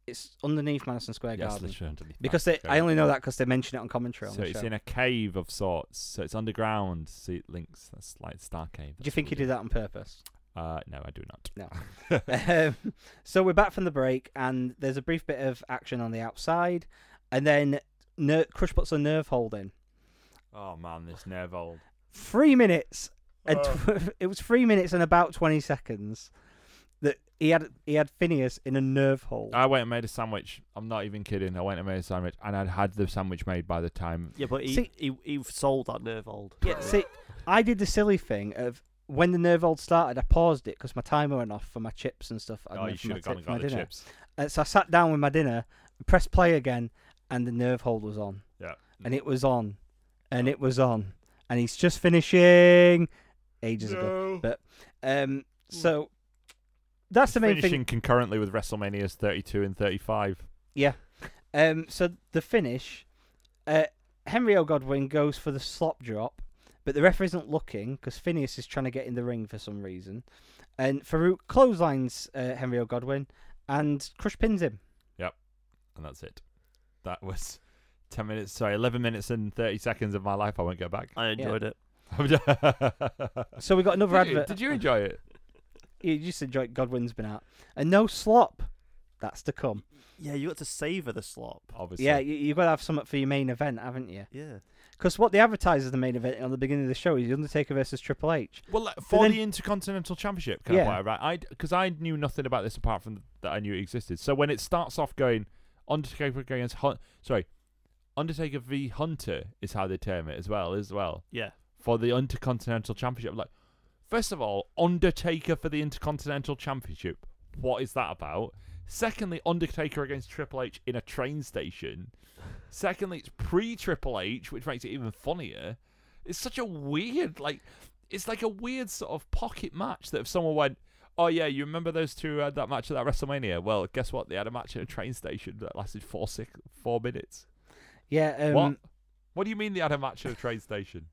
[SPEAKER 3] it's underneath Madison Square
[SPEAKER 2] Yes,
[SPEAKER 3] Garden
[SPEAKER 2] literally underneath
[SPEAKER 3] because they,
[SPEAKER 2] Madison
[SPEAKER 3] I
[SPEAKER 2] Square
[SPEAKER 3] only know that because they mention it on commentary on
[SPEAKER 2] Garden.
[SPEAKER 3] the
[SPEAKER 2] So
[SPEAKER 3] show.
[SPEAKER 2] it's in a cave of sorts. So it's underground. See, it links. That's like Star Cave.
[SPEAKER 3] Do you think he did that on purpose?
[SPEAKER 2] Uh, no, I do not.
[SPEAKER 3] um, so we're back from the break, and there's a brief bit of action on the outside, and then ner- Crush puts a nerve hold in.
[SPEAKER 2] Oh man, this nerve old.
[SPEAKER 3] Three minutes. And
[SPEAKER 2] Oh.
[SPEAKER 3] tw- it was three minutes and about twenty seconds that he had he had Phineas in a nerve hold.
[SPEAKER 2] I went and made a sandwich. I'm not even kidding. I went and made a sandwich, and I'd had the sandwich made by the time.
[SPEAKER 4] Yeah, but he
[SPEAKER 3] See-
[SPEAKER 4] he, he sold that nerve old.
[SPEAKER 3] Yeah, see, I did the silly thing of when the nerve hold started, I paused it because my timer went off for my chips and stuff. I'd
[SPEAKER 2] oh,
[SPEAKER 3] made
[SPEAKER 2] you
[SPEAKER 3] for
[SPEAKER 2] should
[SPEAKER 3] my
[SPEAKER 2] have
[SPEAKER 3] ti-
[SPEAKER 2] gone and
[SPEAKER 3] for my
[SPEAKER 2] got the
[SPEAKER 3] dinner.
[SPEAKER 2] chips.
[SPEAKER 3] And so I sat down with my dinner, pressed play again, and the nerve hold was on.
[SPEAKER 2] Yeah. Mm.
[SPEAKER 3] And it was on, and it was on, and he's just finishing ages ago. But um, so that's the main
[SPEAKER 2] Finishing
[SPEAKER 3] thing.
[SPEAKER 2] concurrently with WrestleManias 32 and 35.
[SPEAKER 3] Um, so the finish, uh, Henry O'Godwin goes for the slop drop, but the ref isn't looking because Phineas is trying to get in the ring for some reason, and Farouk clotheslines uh, Henry O'Godwin and Crush pins him.
[SPEAKER 2] and that's it. That was ten minutes. Sorry, eleven minutes and thirty seconds of my life. I won't go back.
[SPEAKER 4] I enjoyed it.
[SPEAKER 2] did,
[SPEAKER 3] So we got another
[SPEAKER 2] you,
[SPEAKER 3] advert.
[SPEAKER 2] did you enjoy it?
[SPEAKER 3] You just enjoy Godwin's been out, and no slop. That's to come.
[SPEAKER 4] Yeah, you got to savor the slop.
[SPEAKER 2] Obviously.
[SPEAKER 3] Yeah, you, you've got to have something for your main event, haven't you?
[SPEAKER 4] Yeah.
[SPEAKER 3] Because what they advertise as the main event on the beginning of the show is The Undertaker versus Triple H.
[SPEAKER 2] Well, like, for
[SPEAKER 3] then-
[SPEAKER 2] the Intercontinental Championship, kind
[SPEAKER 3] Yeah.
[SPEAKER 2] of way, right? I because I knew nothing about this apart from that I knew it existed. So when it starts off going Undertaker against Hun- sorry, Undertaker v Hunter is how they term it as well as well
[SPEAKER 4] Yeah.
[SPEAKER 2] for the Intercontinental Championship. Like, first of all, Undertaker for the Intercontinental Championship. What is that about? Secondly, Undertaker against Triple H in a train station. Secondly, it's pre Triple H, which makes it even funnier. It's such a weird, like, it's like a weird sort of pocket match that if someone went, oh yeah, you remember those two had that match at that WrestleMania? Well, guess what? They had a match at a train station that lasted four six four minutes.
[SPEAKER 3] Yeah. Um,
[SPEAKER 2] what? What do you mean they had a match at a train station?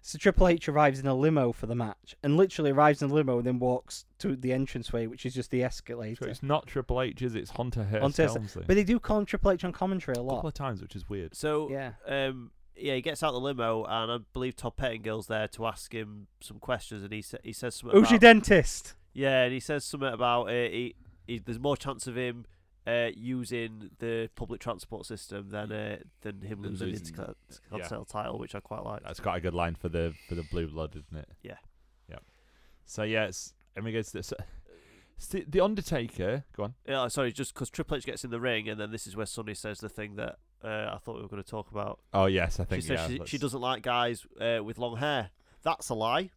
[SPEAKER 3] So Triple H arrives in a limo for the match, and literally arrives in a limo, and then walks to the entranceway, which is just the
[SPEAKER 2] So
[SPEAKER 3] escalator.
[SPEAKER 2] it's not Triple H, is it? It's Hunter Hearst
[SPEAKER 3] Hunter Hearst-
[SPEAKER 2] Helmsley.
[SPEAKER 3] But they do call him Triple H on commentary a
[SPEAKER 2] a couple
[SPEAKER 3] lot.
[SPEAKER 2] of times, which is weird.
[SPEAKER 4] So
[SPEAKER 3] Yeah.
[SPEAKER 4] um yeah, he gets out the limo and I believe Todd Pettingill's there to ask him some questions and he sa- he says something
[SPEAKER 3] Who's
[SPEAKER 4] about
[SPEAKER 3] your dentist?
[SPEAKER 4] Yeah, and he says something about uh, he, he there's more chance of him uh, using the public transport system than uh, than him
[SPEAKER 2] Than
[SPEAKER 4] losing the
[SPEAKER 2] losing,
[SPEAKER 4] Intercon- Intercontinental title, which I quite like.
[SPEAKER 2] That's quite a good line for the for the blue blood, isn't it?
[SPEAKER 4] Yeah.
[SPEAKER 2] Yeah. So yeah, it's and we go to this. So, the Undertaker. Go on.
[SPEAKER 4] Yeah, sorry, just because Triple H gets in the ring, and then this is where Sonny says the thing that uh, I thought we were going to talk about.
[SPEAKER 2] Oh yes, I think
[SPEAKER 4] she says
[SPEAKER 2] yeah.
[SPEAKER 4] she,
[SPEAKER 2] let's-
[SPEAKER 4] she doesn't like guys uh, with long hair. That's a lie.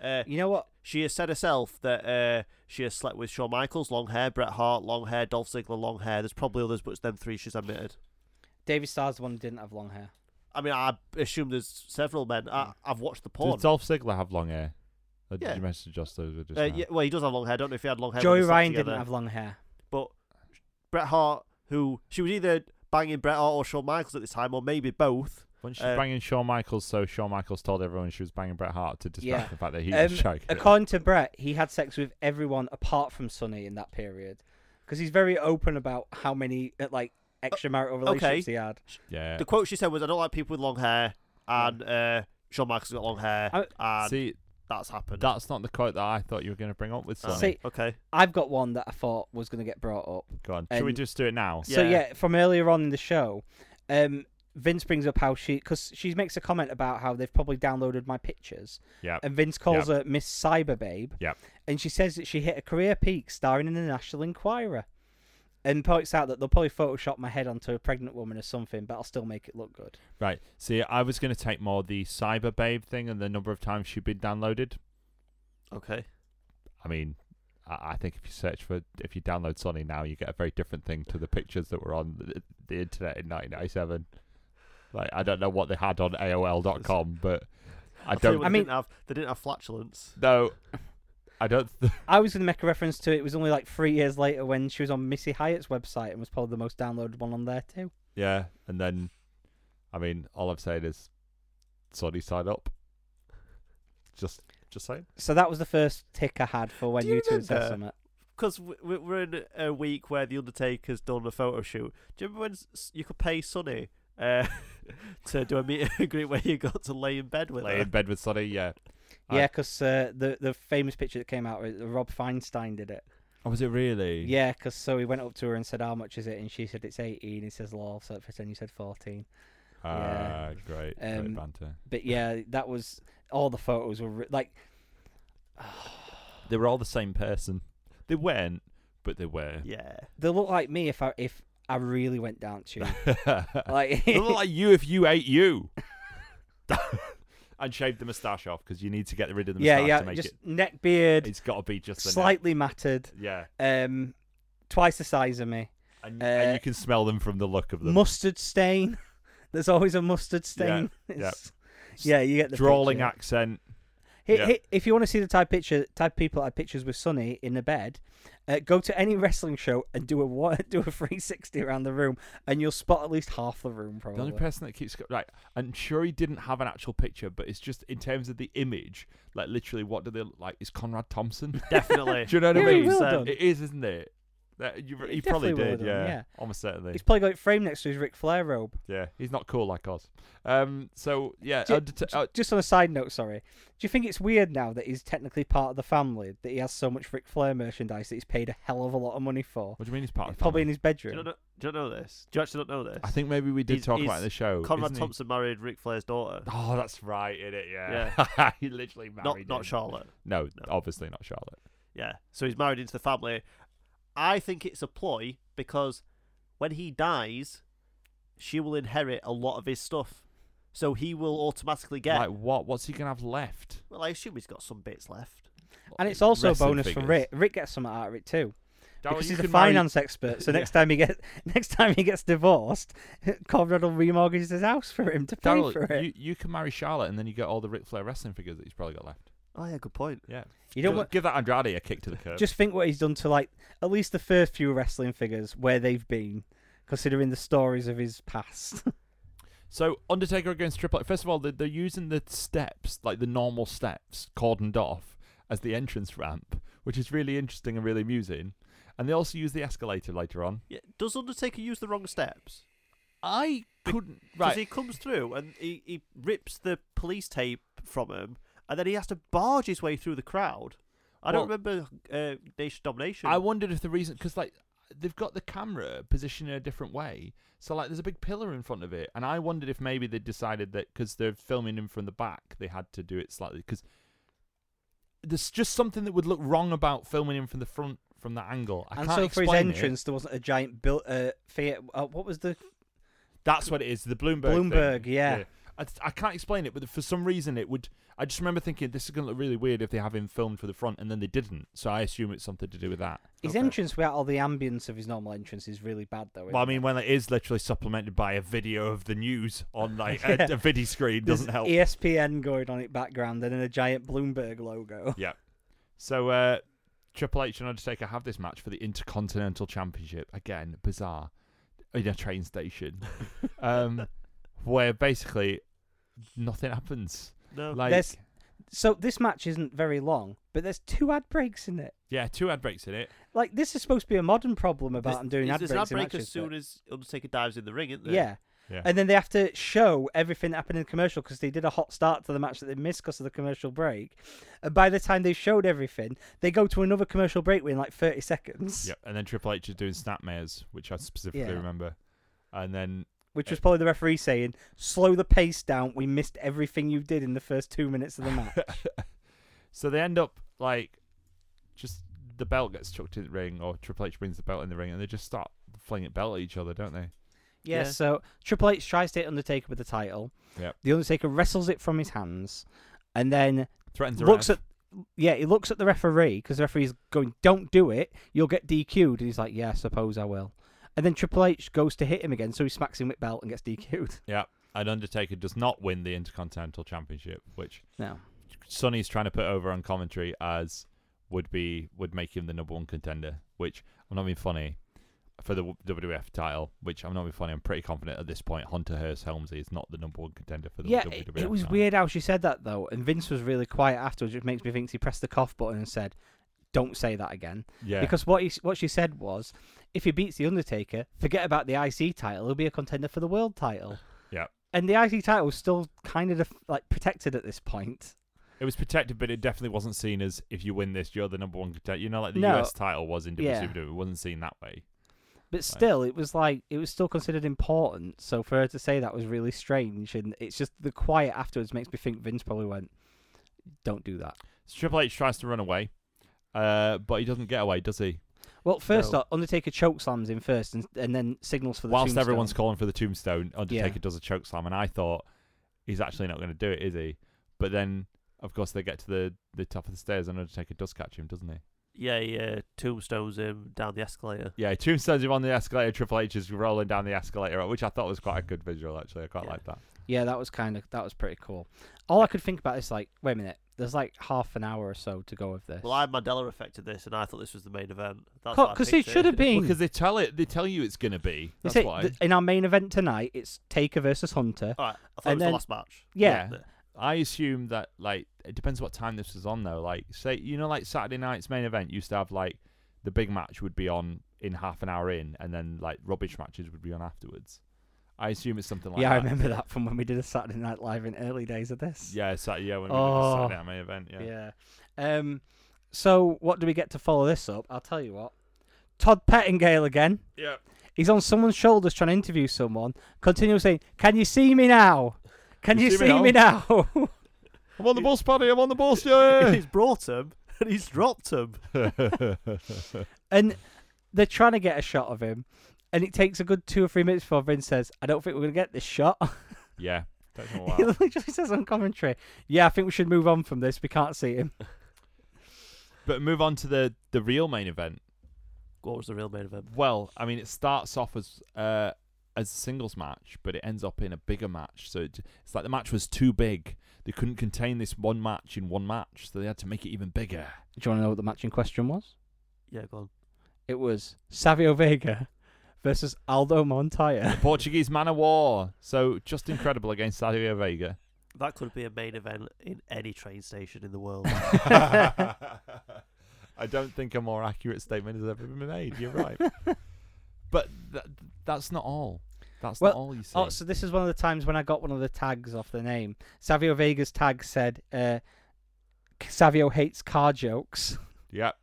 [SPEAKER 4] Uh,
[SPEAKER 3] You know what?
[SPEAKER 4] she has said herself that uh, she has slept with Shawn Michaels, long hair, Bret Hart, long hair, Dolph Ziggler, long hair. There's probably others, but it's them three she's admitted.
[SPEAKER 3] David Starr's the one who didn't have long hair.
[SPEAKER 4] I mean, I assume there's several men. I, I've watched the porn.
[SPEAKER 2] Does Dolph Ziggler have long hair? Or did
[SPEAKER 4] Yeah.
[SPEAKER 2] you mention just those? Were just
[SPEAKER 4] Uh,
[SPEAKER 2] now?
[SPEAKER 4] yeah, well, he does have long hair. I don't know if he had long hair. when
[SPEAKER 3] Joey
[SPEAKER 4] they slept
[SPEAKER 3] Ryan
[SPEAKER 4] together.
[SPEAKER 3] didn't have long hair.
[SPEAKER 4] But Bret Hart, who she was either banging Bret Hart or Shawn Michaels at this time, or maybe both.
[SPEAKER 2] Wasn't she
[SPEAKER 4] uh,
[SPEAKER 2] banging Shawn Michaels? So Shawn Michaels told everyone she was banging Bret Hart to distract
[SPEAKER 3] Yeah.
[SPEAKER 2] the fact that he
[SPEAKER 3] Um,
[SPEAKER 2] was shagged.
[SPEAKER 3] According to Brett, he had sex with everyone apart from Sonny in that period, because he's very open about how many uh, like extramarital relationships
[SPEAKER 4] Oh, okay.
[SPEAKER 3] he had.
[SPEAKER 2] yeah.
[SPEAKER 4] The quote she said was, "I don't like people with long hair," and uh, Shawn Michaels got long hair, and
[SPEAKER 2] See,
[SPEAKER 4] that's happened.
[SPEAKER 2] that's not the quote that I thought you were going to bring up with
[SPEAKER 4] Oh,
[SPEAKER 2] Sonny.
[SPEAKER 3] See-
[SPEAKER 4] okay,
[SPEAKER 3] I've got one that I thought was going to get brought up.
[SPEAKER 2] Go on. Should we
[SPEAKER 3] and-
[SPEAKER 2] just do it now?
[SPEAKER 3] So
[SPEAKER 4] Yeah.
[SPEAKER 3] yeah, from earlier on in the show, um, Vince brings up how she because she makes a comment about how they've probably downloaded my pictures,
[SPEAKER 2] Yeah.
[SPEAKER 3] and Vince calls her Miss Cyber Babe.
[SPEAKER 2] Yep.
[SPEAKER 3] and she says that she hit a career peak starring in the National Enquirer, and points out that they'll probably Photoshop my head onto a pregnant woman or something, but I'll still make it look good.
[SPEAKER 2] Right. See, I was going to take more the cyber babe thing and the number of times she'd been downloaded.
[SPEAKER 4] okay.
[SPEAKER 2] I mean, I, I think if you search for if you download Sonny now, you get a very different thing to the pictures that were on the, the internet in 1997. Like, I don't know what they had on AOL.com, but I
[SPEAKER 4] I'll tell
[SPEAKER 2] don't.
[SPEAKER 4] you what
[SPEAKER 3] I
[SPEAKER 4] they
[SPEAKER 3] mean-
[SPEAKER 4] didn't have, they didn't have flatulence.
[SPEAKER 2] no, I don't. Th-
[SPEAKER 3] I was going to make a reference to it. was only like three years later when she was on Missy Hyatt's website and was probably the most downloaded one on there too.
[SPEAKER 2] yeah, and then, I mean, all I'm saying is, Sonny, sign up. Just, just saying.
[SPEAKER 3] So that was the first tick I had for when
[SPEAKER 4] Do you
[SPEAKER 3] you two said
[SPEAKER 4] remember-
[SPEAKER 3] something.
[SPEAKER 4] Because we're in a week where the Undertaker's done a photo shoot. Do you remember when s- you could pay Sonny uh, to do a meet and greet where you got to lay in bed with
[SPEAKER 2] Lay
[SPEAKER 4] her?
[SPEAKER 2] in bed with Sonny. Yeah. I-
[SPEAKER 3] Yeah, because uh, the the famous picture that came out, uh, Rob Feinstein did it.
[SPEAKER 2] Oh, was it really?
[SPEAKER 3] Yeah, because so he went up to her and said, "How much is it?" And she said, "It's 18. He says, "Law." So at first, then you said 14.
[SPEAKER 2] Ah,
[SPEAKER 3] Yeah.
[SPEAKER 2] great,
[SPEAKER 3] Um,
[SPEAKER 2] great banter.
[SPEAKER 3] But yeah, that was all the photos were re- like.
[SPEAKER 2] They were all the same person. They weren't, but they were.
[SPEAKER 4] Yeah.
[SPEAKER 3] They look like me if I if I really went down to you. like
[SPEAKER 2] they look like you if you ate you. and shaved the moustache off because you need to get rid of the
[SPEAKER 3] yeah,
[SPEAKER 2] moustache
[SPEAKER 3] yeah,
[SPEAKER 2] to make
[SPEAKER 3] just
[SPEAKER 2] it.
[SPEAKER 3] neck beard,
[SPEAKER 2] It's got to be just the neck.
[SPEAKER 3] slightly matted,
[SPEAKER 2] Yeah,
[SPEAKER 3] um, twice the size of me,
[SPEAKER 2] and, and
[SPEAKER 3] Uh,
[SPEAKER 2] you can smell them from the look of them.
[SPEAKER 3] mustard stain. There's always a mustard stain. It's- yeah, you get the
[SPEAKER 2] Drawling
[SPEAKER 3] picture.
[SPEAKER 2] accent.
[SPEAKER 3] Hi-
[SPEAKER 2] Yeah.
[SPEAKER 3] hi- If you want to see the type picture, type people I had pictures with Sonny in the bed, uh, go to any wrestling show and do a wa- do a three sixty around the room, and you'll spot at least half the room
[SPEAKER 2] The
[SPEAKER 3] probably.
[SPEAKER 2] only person that keeps go- right, I'm sure he didn't have an actual picture, but it's just in terms of the image, like literally, what do they look like? Is Conrad Thompson?
[SPEAKER 4] Definitely.
[SPEAKER 2] do you know what
[SPEAKER 3] Yeah,
[SPEAKER 2] I
[SPEAKER 3] he
[SPEAKER 2] mean?
[SPEAKER 3] will
[SPEAKER 4] so-
[SPEAKER 3] have done.
[SPEAKER 2] uh, It is, isn't it? That, you,
[SPEAKER 3] It
[SPEAKER 2] he probably
[SPEAKER 3] definitely
[SPEAKER 2] did,
[SPEAKER 3] would have
[SPEAKER 2] yeah,
[SPEAKER 3] done, yeah.
[SPEAKER 2] Almost certainly.
[SPEAKER 3] He's probably got framed next to his Ric Flair robe.
[SPEAKER 2] yeah, he's not cool like us. Um, so yeah,
[SPEAKER 3] Ju-
[SPEAKER 2] Undert- uh,
[SPEAKER 3] Just on a side note, sorry. Do you think it's weird now that he's technically part of the family that he has so much Ric Flair merchandise that he's paid a hell of a lot of money for?
[SPEAKER 2] what do you mean he's part of the
[SPEAKER 3] Probably in
[SPEAKER 2] family?
[SPEAKER 3] his
[SPEAKER 4] Do you,
[SPEAKER 3] bedroom.
[SPEAKER 4] not know, do you not know this? Do you actually not know this?
[SPEAKER 2] I think maybe we did
[SPEAKER 4] He's-
[SPEAKER 2] talk about it
[SPEAKER 4] he's
[SPEAKER 2] in the show.
[SPEAKER 4] Conrad
[SPEAKER 2] isn't he?
[SPEAKER 4] Thompson married Ric Flair's daughter.
[SPEAKER 2] Oh, that's right, in it, yeah. he literally married.
[SPEAKER 4] Not
[SPEAKER 2] him.
[SPEAKER 4] not Charlotte.
[SPEAKER 2] No,
[SPEAKER 4] No.
[SPEAKER 2] obviously not Charlotte.
[SPEAKER 4] Yeah. So he's married into the family. I think it's a ploy because when he dies, she will inherit a lot of his stuff. So he will automatically get.
[SPEAKER 2] Like what? What's he gonna have left?
[SPEAKER 4] well, I assume he's got some bits left.
[SPEAKER 3] And it's also a
[SPEAKER 2] Wrestling
[SPEAKER 3] bonus
[SPEAKER 2] figures.
[SPEAKER 3] for Rick. Rick gets some out of it too.
[SPEAKER 2] Darryl,
[SPEAKER 3] because
[SPEAKER 2] you
[SPEAKER 3] he's a
[SPEAKER 2] can marry-
[SPEAKER 3] finance expert. So
[SPEAKER 2] Yeah.
[SPEAKER 3] next time he gets next time he gets divorced, Conrad will remortgage his house for him to pay
[SPEAKER 2] Darryl,
[SPEAKER 3] for it. You,
[SPEAKER 2] you, you can marry Charlotte, and then you get all the Ric Flair wrestling figures that he's probably got left.
[SPEAKER 4] Oh yeah, good point.
[SPEAKER 2] Yeah,
[SPEAKER 3] don't
[SPEAKER 2] give,
[SPEAKER 3] want,
[SPEAKER 2] give that Andrade a kick to the curb.
[SPEAKER 3] just think what he's done to like at least the first few wrestling figures where they've been, considering the stories of his past.
[SPEAKER 2] So Undertaker against Triple H. First of all, they're, they're using the steps, like the normal steps, cordoned off as the entrance ramp, which is really interesting and really amusing. And they also use the escalator later on.
[SPEAKER 4] Yeah. Does Undertaker use the wrong steps?
[SPEAKER 2] I couldn't.
[SPEAKER 4] Because
[SPEAKER 2] Right.
[SPEAKER 4] he comes through and he, he rips the police tape from him, and then he has to barge his way through the crowd. I don't
[SPEAKER 2] Well-
[SPEAKER 4] remember uh, Nation Domination.
[SPEAKER 2] I wondered if the reason because like they've got the camera positioned in a different way, so like there's a big pillar in front of it, and I wondered if maybe they decided that because they're filming him from the back, they had to do it slightly because there's just something that would look wrong about filming him from the front from that angle. I
[SPEAKER 3] and
[SPEAKER 2] can't
[SPEAKER 3] so for his
[SPEAKER 2] explain it.
[SPEAKER 3] entrance, there wasn't a giant built uh, theater. Uh, what was the?
[SPEAKER 2] That's what it is. The Bloomberg. thing.
[SPEAKER 3] Bloomberg, yeah.
[SPEAKER 2] I, I can't explain it, but for some reason it would. I just remember thinking this is going to look really weird if they have him filmed for the front and then they didn't. So I assume it's something to do with that.
[SPEAKER 3] His
[SPEAKER 4] Okay.
[SPEAKER 3] entrance without all the ambience of his normal entrance is really bad though.
[SPEAKER 2] Well, I
[SPEAKER 3] isn't
[SPEAKER 2] mean,
[SPEAKER 3] it?
[SPEAKER 2] when it is literally supplemented by a video of the news on like a,
[SPEAKER 3] Yeah.
[SPEAKER 2] a video screen, doesn't
[SPEAKER 3] There's E
[SPEAKER 2] help.
[SPEAKER 3] ESPN going on it background and then a giant Bloomberg logo.
[SPEAKER 2] So uh, Triple H and Undertaker have this match for the Intercontinental Championship again, bizarre, in a train station, um, where basically nothing happens.
[SPEAKER 4] no.
[SPEAKER 2] Like,
[SPEAKER 3] There's- So this match isn't very long, but there's two ad breaks in it.
[SPEAKER 2] yeah, two ad breaks in it.
[SPEAKER 3] Like this is supposed to be a modern problem about
[SPEAKER 4] There's-
[SPEAKER 3] them doing ad breaks
[SPEAKER 4] there's an
[SPEAKER 3] in
[SPEAKER 4] ad break
[SPEAKER 3] matches,
[SPEAKER 4] as soon
[SPEAKER 3] but-
[SPEAKER 4] as Undertaker dives in the ring, isn't there?
[SPEAKER 3] yeah.
[SPEAKER 2] Yeah.
[SPEAKER 3] And then they have to show everything that happened in the commercial because they did a hot start to the match that they missed because of the commercial break. And by the time they showed everything, they go to another commercial break within like 30 seconds,
[SPEAKER 2] Yep. And then Triple H is doing snapmares, which I specifically
[SPEAKER 3] Yeah.
[SPEAKER 2] remember. And then
[SPEAKER 3] which was probably the referee saying, Slow the pace down. We missed everything you did in the first two minutes of the match.
[SPEAKER 2] so they end up like just the belt gets chucked in the ring, or Triple H brings the belt in the ring, and they just start flinging belt at each other, don't they?
[SPEAKER 3] Yeah,
[SPEAKER 4] Yeah.
[SPEAKER 3] so Triple H tries to hit Undertaker with the title.
[SPEAKER 2] Yep.
[SPEAKER 3] The Undertaker wrestles it from his hands and then
[SPEAKER 2] Threatens the
[SPEAKER 3] looks
[SPEAKER 2] ref.
[SPEAKER 3] at yeah, he looks at the referee because the referee's going, "Don't do it. You'll get DQ'd." And he's like, "Yeah, I suppose I will." And then Triple H goes to hit him again, so he smacks him with belt and gets DQ'd.
[SPEAKER 2] yeah, and Undertaker does not win the Intercontinental Championship, which
[SPEAKER 3] No.
[SPEAKER 2] Sonny's trying to put over on commentary as would be would make him the number one contender. Which I'm not being funny for the WWF title. Which I'm not being funny. I'm pretty confident at this point. Hunter Hearst Helmsley is not the number one contender for the
[SPEAKER 3] Yeah,
[SPEAKER 2] WWF.
[SPEAKER 3] it, it was
[SPEAKER 2] title.
[SPEAKER 3] weird how she said that though, and Vince was really quiet afterwards, which makes me think he pressed the cough button and said, "Don't say that again."
[SPEAKER 2] Yeah,
[SPEAKER 3] Because what he, what she said was, if he beats the Undertaker, forget about the IC title. He'll be a contender for the world title.
[SPEAKER 2] Yeah.
[SPEAKER 3] And the IC title was still kind of def- like protected at this point.
[SPEAKER 2] It was protected, but it definitely wasn't seen as if you win this, you're the number one contender. You know, like the
[SPEAKER 3] No.
[SPEAKER 2] US title was in WWE.
[SPEAKER 3] Yeah.
[SPEAKER 2] It wasn't seen that way.
[SPEAKER 3] But still, it was like it was still considered important. So for her to say that was really strange, and it's just the quiet afterwards makes me think Vince probably went, "Don't do that."
[SPEAKER 2] So Triple H tries to run away, uh, but he doesn't get away, does he?
[SPEAKER 3] Well, first
[SPEAKER 4] No.
[SPEAKER 3] off, Undertaker choke slams him first, and, and then signals for the
[SPEAKER 2] Whilst
[SPEAKER 3] tombstone.
[SPEAKER 2] everyone's calling for the tombstone, Undertaker
[SPEAKER 3] Yeah.
[SPEAKER 2] does a choke slam, and I thought he's actually not going to do it, is he? But then, of course, they get to the, the top of the stairs, and Undertaker does catch him, doesn't he?
[SPEAKER 4] Yeah, yeah. Tombstones him down the escalator.
[SPEAKER 2] Yeah, he tombstones him on the escalator. Triple H is rolling down the escalator, which I thought was quite a good visual. Actually, I quite
[SPEAKER 4] Yeah.
[SPEAKER 2] like that.
[SPEAKER 3] Yeah, that was kind of that was pretty cool. All I could think about is like, wait a minute, there's like half an hour or so to go of this.
[SPEAKER 4] Well, I Mandela affected this, and I thought this was the main event. That's what I
[SPEAKER 3] because it
[SPEAKER 4] picked
[SPEAKER 3] should have been.
[SPEAKER 2] Because they tell it, they tell you it's going to be.
[SPEAKER 3] They
[SPEAKER 2] That's
[SPEAKER 3] say
[SPEAKER 2] why. Oh,
[SPEAKER 3] th- in our main event tonight, it's Taker versus Hunter.
[SPEAKER 4] All right, I thought it
[SPEAKER 3] And
[SPEAKER 4] was
[SPEAKER 3] then-
[SPEAKER 4] the last match.
[SPEAKER 3] Yeah.
[SPEAKER 4] Yeah.
[SPEAKER 2] I assume that like it depends what time this was on though. Like say you know like Saturday night's main event used to have like the big match would be on in half an hour in, and then like rubbish matches would be on afterwards. I assume it's something like
[SPEAKER 3] yeah,
[SPEAKER 2] that.
[SPEAKER 3] I remember that from when we did a Saturday Night Live in early days of this.
[SPEAKER 2] Yeah, Saturday. Yeah, when
[SPEAKER 3] Oh.
[SPEAKER 2] we did the Saturday night main event. Yeah.
[SPEAKER 3] Yeah. Um. So what do we get to follow this up? I'll tell you what. Todd Pettingale again.
[SPEAKER 2] yeah.
[SPEAKER 3] He's on someone's shoulders trying to interview someone. Continually saying, "Can you see me now? Can you, see, me now?"
[SPEAKER 2] I'm on the bus, buddy. I'm on the bus.
[SPEAKER 4] he's brought him and he's dropped him.
[SPEAKER 2] Yeah.
[SPEAKER 3] and they're trying to get a shot of him, and it takes a good two or three minutes before Vince says, "I don't think we're gonna get this shot."
[SPEAKER 2] yeah. Takes him a
[SPEAKER 3] he
[SPEAKER 2] while.
[SPEAKER 3] literally says on commentary, "Yeah, I think we should move on from this. We can't see him."
[SPEAKER 2] But move on to the the real main event.
[SPEAKER 4] What was the real main event?
[SPEAKER 2] Well, I mean, it starts off as uh, as a singles match, but it ends up in a bigger match. So it, it's like the match was too big. They couldn't contain this one match in one match, so they had to make it even bigger.
[SPEAKER 3] Do you want to know what the match in question was?
[SPEAKER 4] Yeah, go on.
[SPEAKER 3] It was Savio Vega versus Aldo Montoya.
[SPEAKER 2] The Portuguese man of war. So just incredible against Savio Vega.
[SPEAKER 4] That could be a main event in any train station in the world.
[SPEAKER 2] I don't think a more accurate statement has ever been made. You're right. but th- that's not all. That's
[SPEAKER 3] Well,
[SPEAKER 2] not all you see.
[SPEAKER 3] Oh, so this is one of the times when I got one of the tags off the name. Savio Vega's tag said, uh, "Savio hates car jokes."
[SPEAKER 2] yep.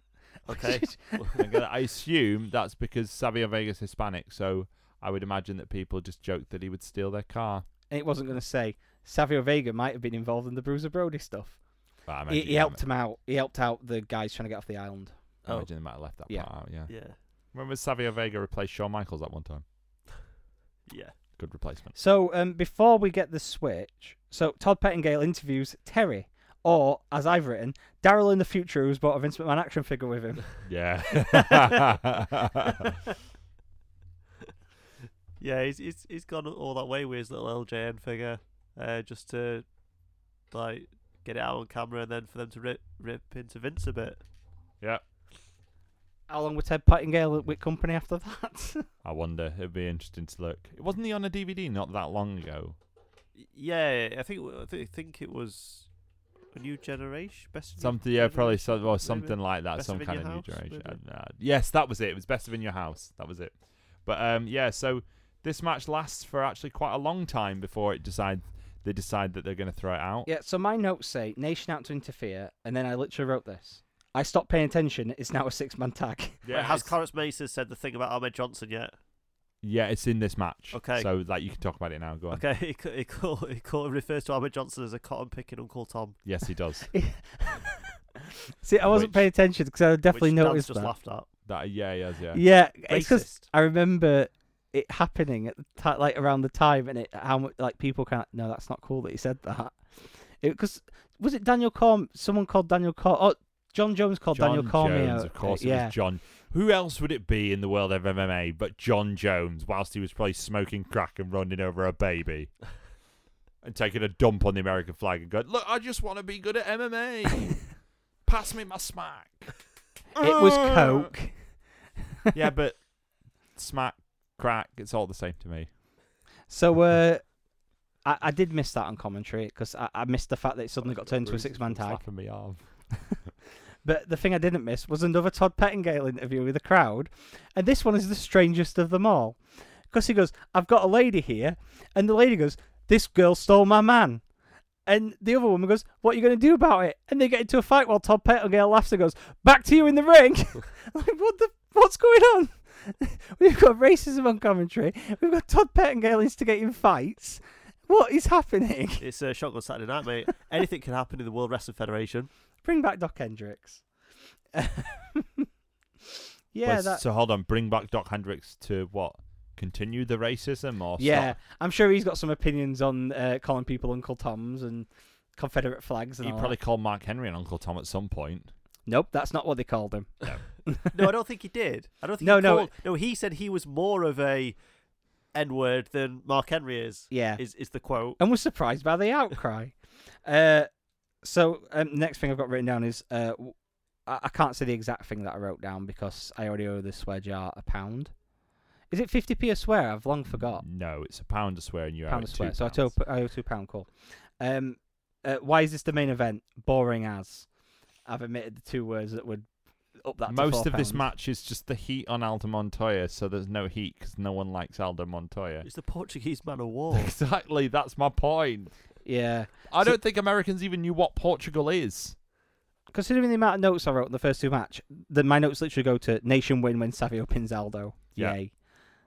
[SPEAKER 4] Okay.
[SPEAKER 2] I'm gonna- I assume that's because Savio Vega's Hispanic, so I would imagine that people just joked that he would steal their car.
[SPEAKER 3] and it wasn't going to say Savio Vega might have been involved in the Bruiser Brody stuff.
[SPEAKER 2] But I
[SPEAKER 3] He,
[SPEAKER 2] imagine
[SPEAKER 3] he helped him out. He helped out the guys trying to get off the island.
[SPEAKER 2] I
[SPEAKER 4] Oh.
[SPEAKER 2] imagine they might have left that
[SPEAKER 3] Yeah.
[SPEAKER 2] part out. Yeah.
[SPEAKER 4] yeah.
[SPEAKER 2] Remember Savio Vega replaced Shawn Michaels at one time.
[SPEAKER 4] Yeah.
[SPEAKER 2] Good replacement.
[SPEAKER 3] So um, before we get the switch, so Todd Pettingale interviews Terry, or as I've written, Daryl in the future who's bought a Vince McMahon action figure with him.
[SPEAKER 2] Yeah.
[SPEAKER 4] Yeah, he's, he's he's gone all that way with his little LJN figure, uh, just to like get it out on camera, and then for them to rip rip into Vince a bit.
[SPEAKER 3] How long was Ted Pettingale at Wick Company after that?
[SPEAKER 2] I wonder. It'd be interesting to look. It wasn't he on a DVD not that long ago.
[SPEAKER 4] Y- Yeah, I think I thi- think it was a new generation, best. of new
[SPEAKER 2] Something. Yeah, probably
[SPEAKER 4] generation,
[SPEAKER 2] some, or
[SPEAKER 4] maybe?
[SPEAKER 2] something like that.
[SPEAKER 4] Best
[SPEAKER 2] some
[SPEAKER 4] of In
[SPEAKER 2] kind
[SPEAKER 4] Your
[SPEAKER 2] of new
[SPEAKER 4] House,
[SPEAKER 2] generation.
[SPEAKER 4] maybe?
[SPEAKER 2] Uh, yes, that was it. It was best of in your house. That was it. But um, yeah, so this match lasts for actually quite a long time before it decide they decide that they're going to throw it out.
[SPEAKER 3] yeah. So my notes say Nation out to interfere, and then I literally wrote this. I stopped paying attention. It's now a six-man tag.
[SPEAKER 4] Wait, has
[SPEAKER 2] it's,
[SPEAKER 4] Clarence Mason said the thing about Ahmed Johnson yet?
[SPEAKER 2] yeah, it's in this match.
[SPEAKER 4] Okay.
[SPEAKER 2] So like you can talk about it now. Go on.
[SPEAKER 4] Okay, he, ca- he, call, he, call, refers to Ahmed Johnson as a cotton picking Uncle Tom.
[SPEAKER 2] Yes, he does.
[SPEAKER 3] See, I wasn't
[SPEAKER 2] Which-
[SPEAKER 3] paying attention because I definitely
[SPEAKER 4] which Dan's
[SPEAKER 3] noticed
[SPEAKER 4] just
[SPEAKER 3] that.
[SPEAKER 4] laughed at.
[SPEAKER 2] That yeah, he has yeah.
[SPEAKER 3] Yeah, it's 'cause
[SPEAKER 4] Racist.
[SPEAKER 3] I remember it happening at the ti like around the time, and it how much like people can't. No, that's not cool that he said that. Because was it Daniel Corm? Someone called Daniel Corm. Oh, John Jones called
[SPEAKER 2] John
[SPEAKER 3] Daniel Cormier.
[SPEAKER 2] Jones, of course, it
[SPEAKER 3] yeah.
[SPEAKER 2] was John. Who else would it be in the world of MMA but John Jones, whilst he was probably smoking crack and running over a baby and taking a dump on the American flag and going, Look, I just want to be good at MMA. Pass me my smack.
[SPEAKER 3] It was Coke.
[SPEAKER 2] yeah, but smack, crack, it's all the same to me.
[SPEAKER 3] So uh, I, I did miss that on commentary because I, I missed the fact that it suddenly got turned to a
[SPEAKER 2] Bruises
[SPEAKER 3] six-man
[SPEAKER 2] from
[SPEAKER 3] tag.
[SPEAKER 2] slapping me arm.
[SPEAKER 3] But the thing I didn't miss was another Todd Pettingale interview with the crowd, and this one is the strangest of them all, because he goes, "I've got a lady here," and the lady goes, "This girl stole my man," And the other woman goes, "What are you going to do about it?" And they get into a fight while Todd Pettigale laughs and goes, "Back to you in the ring." like what the what's going on? We've got racism on commentary. We've got Todd Pettingale instigating fights. What is happening?
[SPEAKER 4] It's a shotgun Saturday night, mate. Anything can happen in the World Wrestling Federation.
[SPEAKER 3] Bring back Doc Hendricks. yeah,
[SPEAKER 2] Wait,
[SPEAKER 3] that,
[SPEAKER 2] So hold on, bring back Doc Hendricks to what? Continue the racism or
[SPEAKER 3] yeah.
[SPEAKER 2] stop?
[SPEAKER 3] I'm sure he's got some opinions on uh, calling people Uncle Toms and Confederate flags and
[SPEAKER 2] You
[SPEAKER 3] all
[SPEAKER 2] probably
[SPEAKER 3] that.
[SPEAKER 2] called Mark Henry and Uncle Tom at some point.
[SPEAKER 3] Nope, that's not what they called him.
[SPEAKER 4] No, I don't think he did. I don't think
[SPEAKER 3] No,
[SPEAKER 4] he
[SPEAKER 3] no.
[SPEAKER 4] called. No, uh, he said he was more of a N word than Mark Henry is.
[SPEAKER 3] Yeah,
[SPEAKER 4] Is is the quote.
[SPEAKER 3] and was surprised by the outcry. uh, so um, next thing I've got written down is uh, w- I-, I can't say the exact thing that I wrote down because I already owe the swear jar a pound. Is it 50p a swear? I've long forgot.
[SPEAKER 2] No, it's a pound of swearing you
[SPEAKER 3] pound
[SPEAKER 2] out.
[SPEAKER 3] of sweat. So I owe, I owe two pound call. Um, uh, why is this the main event? Boring as. I've omitted the two words that would up that. to
[SPEAKER 2] Most
[SPEAKER 3] four
[SPEAKER 2] of this
[SPEAKER 3] pounds.
[SPEAKER 2] match is just the heat on Aldo Montoya, so there's no heat because no one likes Aldo Montoya.
[SPEAKER 4] It's the Portuguese man of war.
[SPEAKER 2] Exactly, that's my point.
[SPEAKER 3] Yeah,
[SPEAKER 2] I
[SPEAKER 3] So-
[SPEAKER 2] don't think Americans even knew what Portugal is.
[SPEAKER 3] considering the amount of notes I wrote in the first two match, then my notes literally go to nation win when Savio pins Aldo.
[SPEAKER 2] Yeah.
[SPEAKER 3] Yay!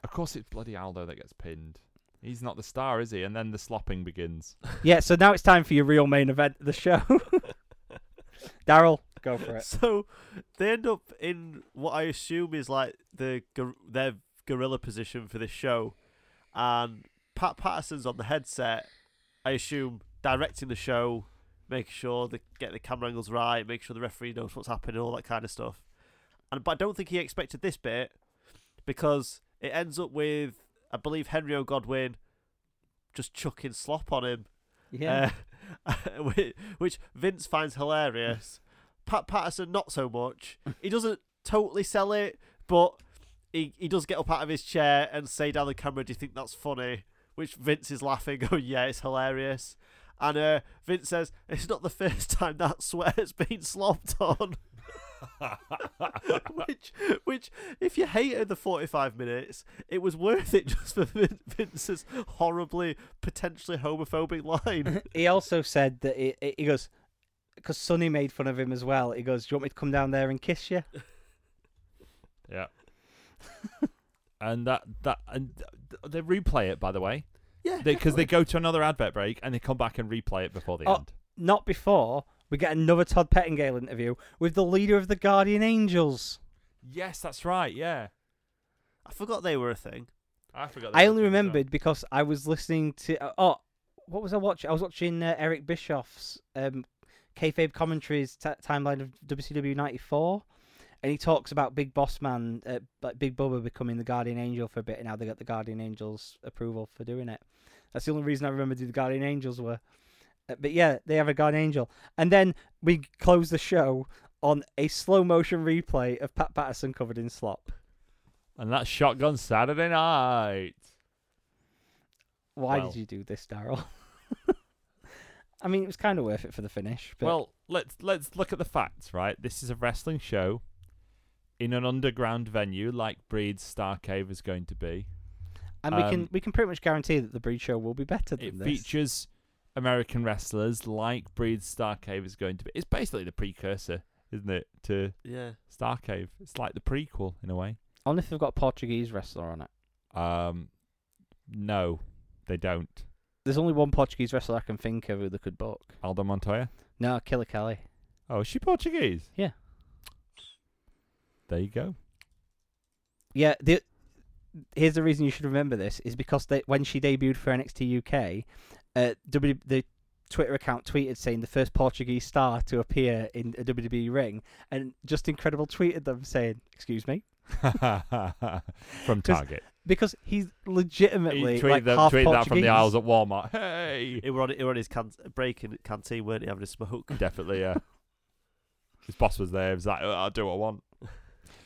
[SPEAKER 2] Of course, it's bloody Aldo that gets pinned. He's not the star, is he? And then the slopping begins.
[SPEAKER 3] yeah, so now it's time for your real main event of the show. Daryl, go for it.
[SPEAKER 4] So they end up in what I assume is like the gor- their gorilla position for this show, and Pat Patterson's on the headset. I assume directing the show, making sure they get the camera angles right, make sure the referee knows what's happening, all that kind of stuff. And but I don't think he expected this bit because it ends up with I believe Henry O'Godwin just chucking slop on him.
[SPEAKER 3] Yeah,
[SPEAKER 4] Uh, whi- which Vince finds hilarious. Pat Patterson not so much. He doesn't totally sell it, but he, he does get up out of his chair and say down the camera, "Do you think that's funny?" Which Vince is laughing. Oh yeah, it's hilarious. And uh, Vince says, "It's not the first time that swear's been slopped on." which, which, if you hated the forty-five minutes, it was worth it just for Vin- Vince's horribly potentially homophobic line.
[SPEAKER 3] Uh, he also said that he, he goes because Sonny made fun of him as well. He goes, "Do you want me to come down there and kiss you?"
[SPEAKER 2] Yeah. and that that and th- they replay it by the way
[SPEAKER 4] Yeah,
[SPEAKER 2] because they, go to another advert break and they come back and replay it before the
[SPEAKER 3] Oh.
[SPEAKER 2] end.
[SPEAKER 3] not before we get another Todd Pettingale interview with the leader of the Guardian Angels.
[SPEAKER 2] Yes, that's right. Yeah,
[SPEAKER 4] I forgot they were a thing.
[SPEAKER 2] I forgot.
[SPEAKER 3] I only remembered because I was listening to uh, oh, what was I watching? I was watching uh, Eric Bischoff's um, kayfabe commentaries t- timeline of WCW '94, and he talks about Big Boss Man, uh, like Big Bubba becoming the Guardian Angel for a bit, and how they got the Guardian Angels approval for doing it. That's the only reason I remembered who the Guardian Angels were. Uh, but yeah, they have a Guardian Angel, and then we close the show on a slow motion replay of Pat Patterson covered in slop.
[SPEAKER 2] And that's Shotgun Saturday Night.
[SPEAKER 3] Why
[SPEAKER 2] Well.
[SPEAKER 3] did you do this, Daryl? I mean, it was kind of worth it for the finish. But
[SPEAKER 2] Well, let's let's look at the facts. Right, this is a wrestling show in an underground venue like Breed's Star Cave is going to be.
[SPEAKER 3] and we can
[SPEAKER 2] um,
[SPEAKER 3] we can pretty much guarantee that the Breed Show will be better than
[SPEAKER 2] It
[SPEAKER 3] this.
[SPEAKER 2] features American wrestlers like Breed's Star Cave is going to be. It's basically the precursor, isn't it, to
[SPEAKER 4] Yeah.
[SPEAKER 2] Star Cave. It's like the prequel in a way.
[SPEAKER 3] Only if they've got a Portuguese wrestler on it.
[SPEAKER 2] Um, no, they don't.
[SPEAKER 3] There's only one Portuguese wrestler I can think of who they could book.
[SPEAKER 2] Aldo Montoya.
[SPEAKER 3] No, Killer Kelly.
[SPEAKER 2] Oh, is she Portuguese?
[SPEAKER 3] Yeah.
[SPEAKER 2] There you go.
[SPEAKER 3] Yeah, the here's the reason you should remember this is because they, when she debuted for NXT UK, uh, w, the Twitter account tweeted saying the first Portuguese star to appear in a WWE ring, and just incredible tweeted them saying, "Excuse me."
[SPEAKER 2] from
[SPEAKER 3] 'Cause
[SPEAKER 2] Target.
[SPEAKER 3] because he's
[SPEAKER 2] He
[SPEAKER 3] legitimately
[SPEAKER 2] tweeted,
[SPEAKER 3] like
[SPEAKER 2] that,
[SPEAKER 3] half
[SPEAKER 2] tweeted that from
[SPEAKER 3] Portuguese.
[SPEAKER 2] the aisles at Walmart. Hey.
[SPEAKER 4] It were on, it were on his can- break in canteen, weren't he, having a smoke?
[SPEAKER 2] Definitely, yeah. His boss was there. He was like, "Oh, I'll do what I want.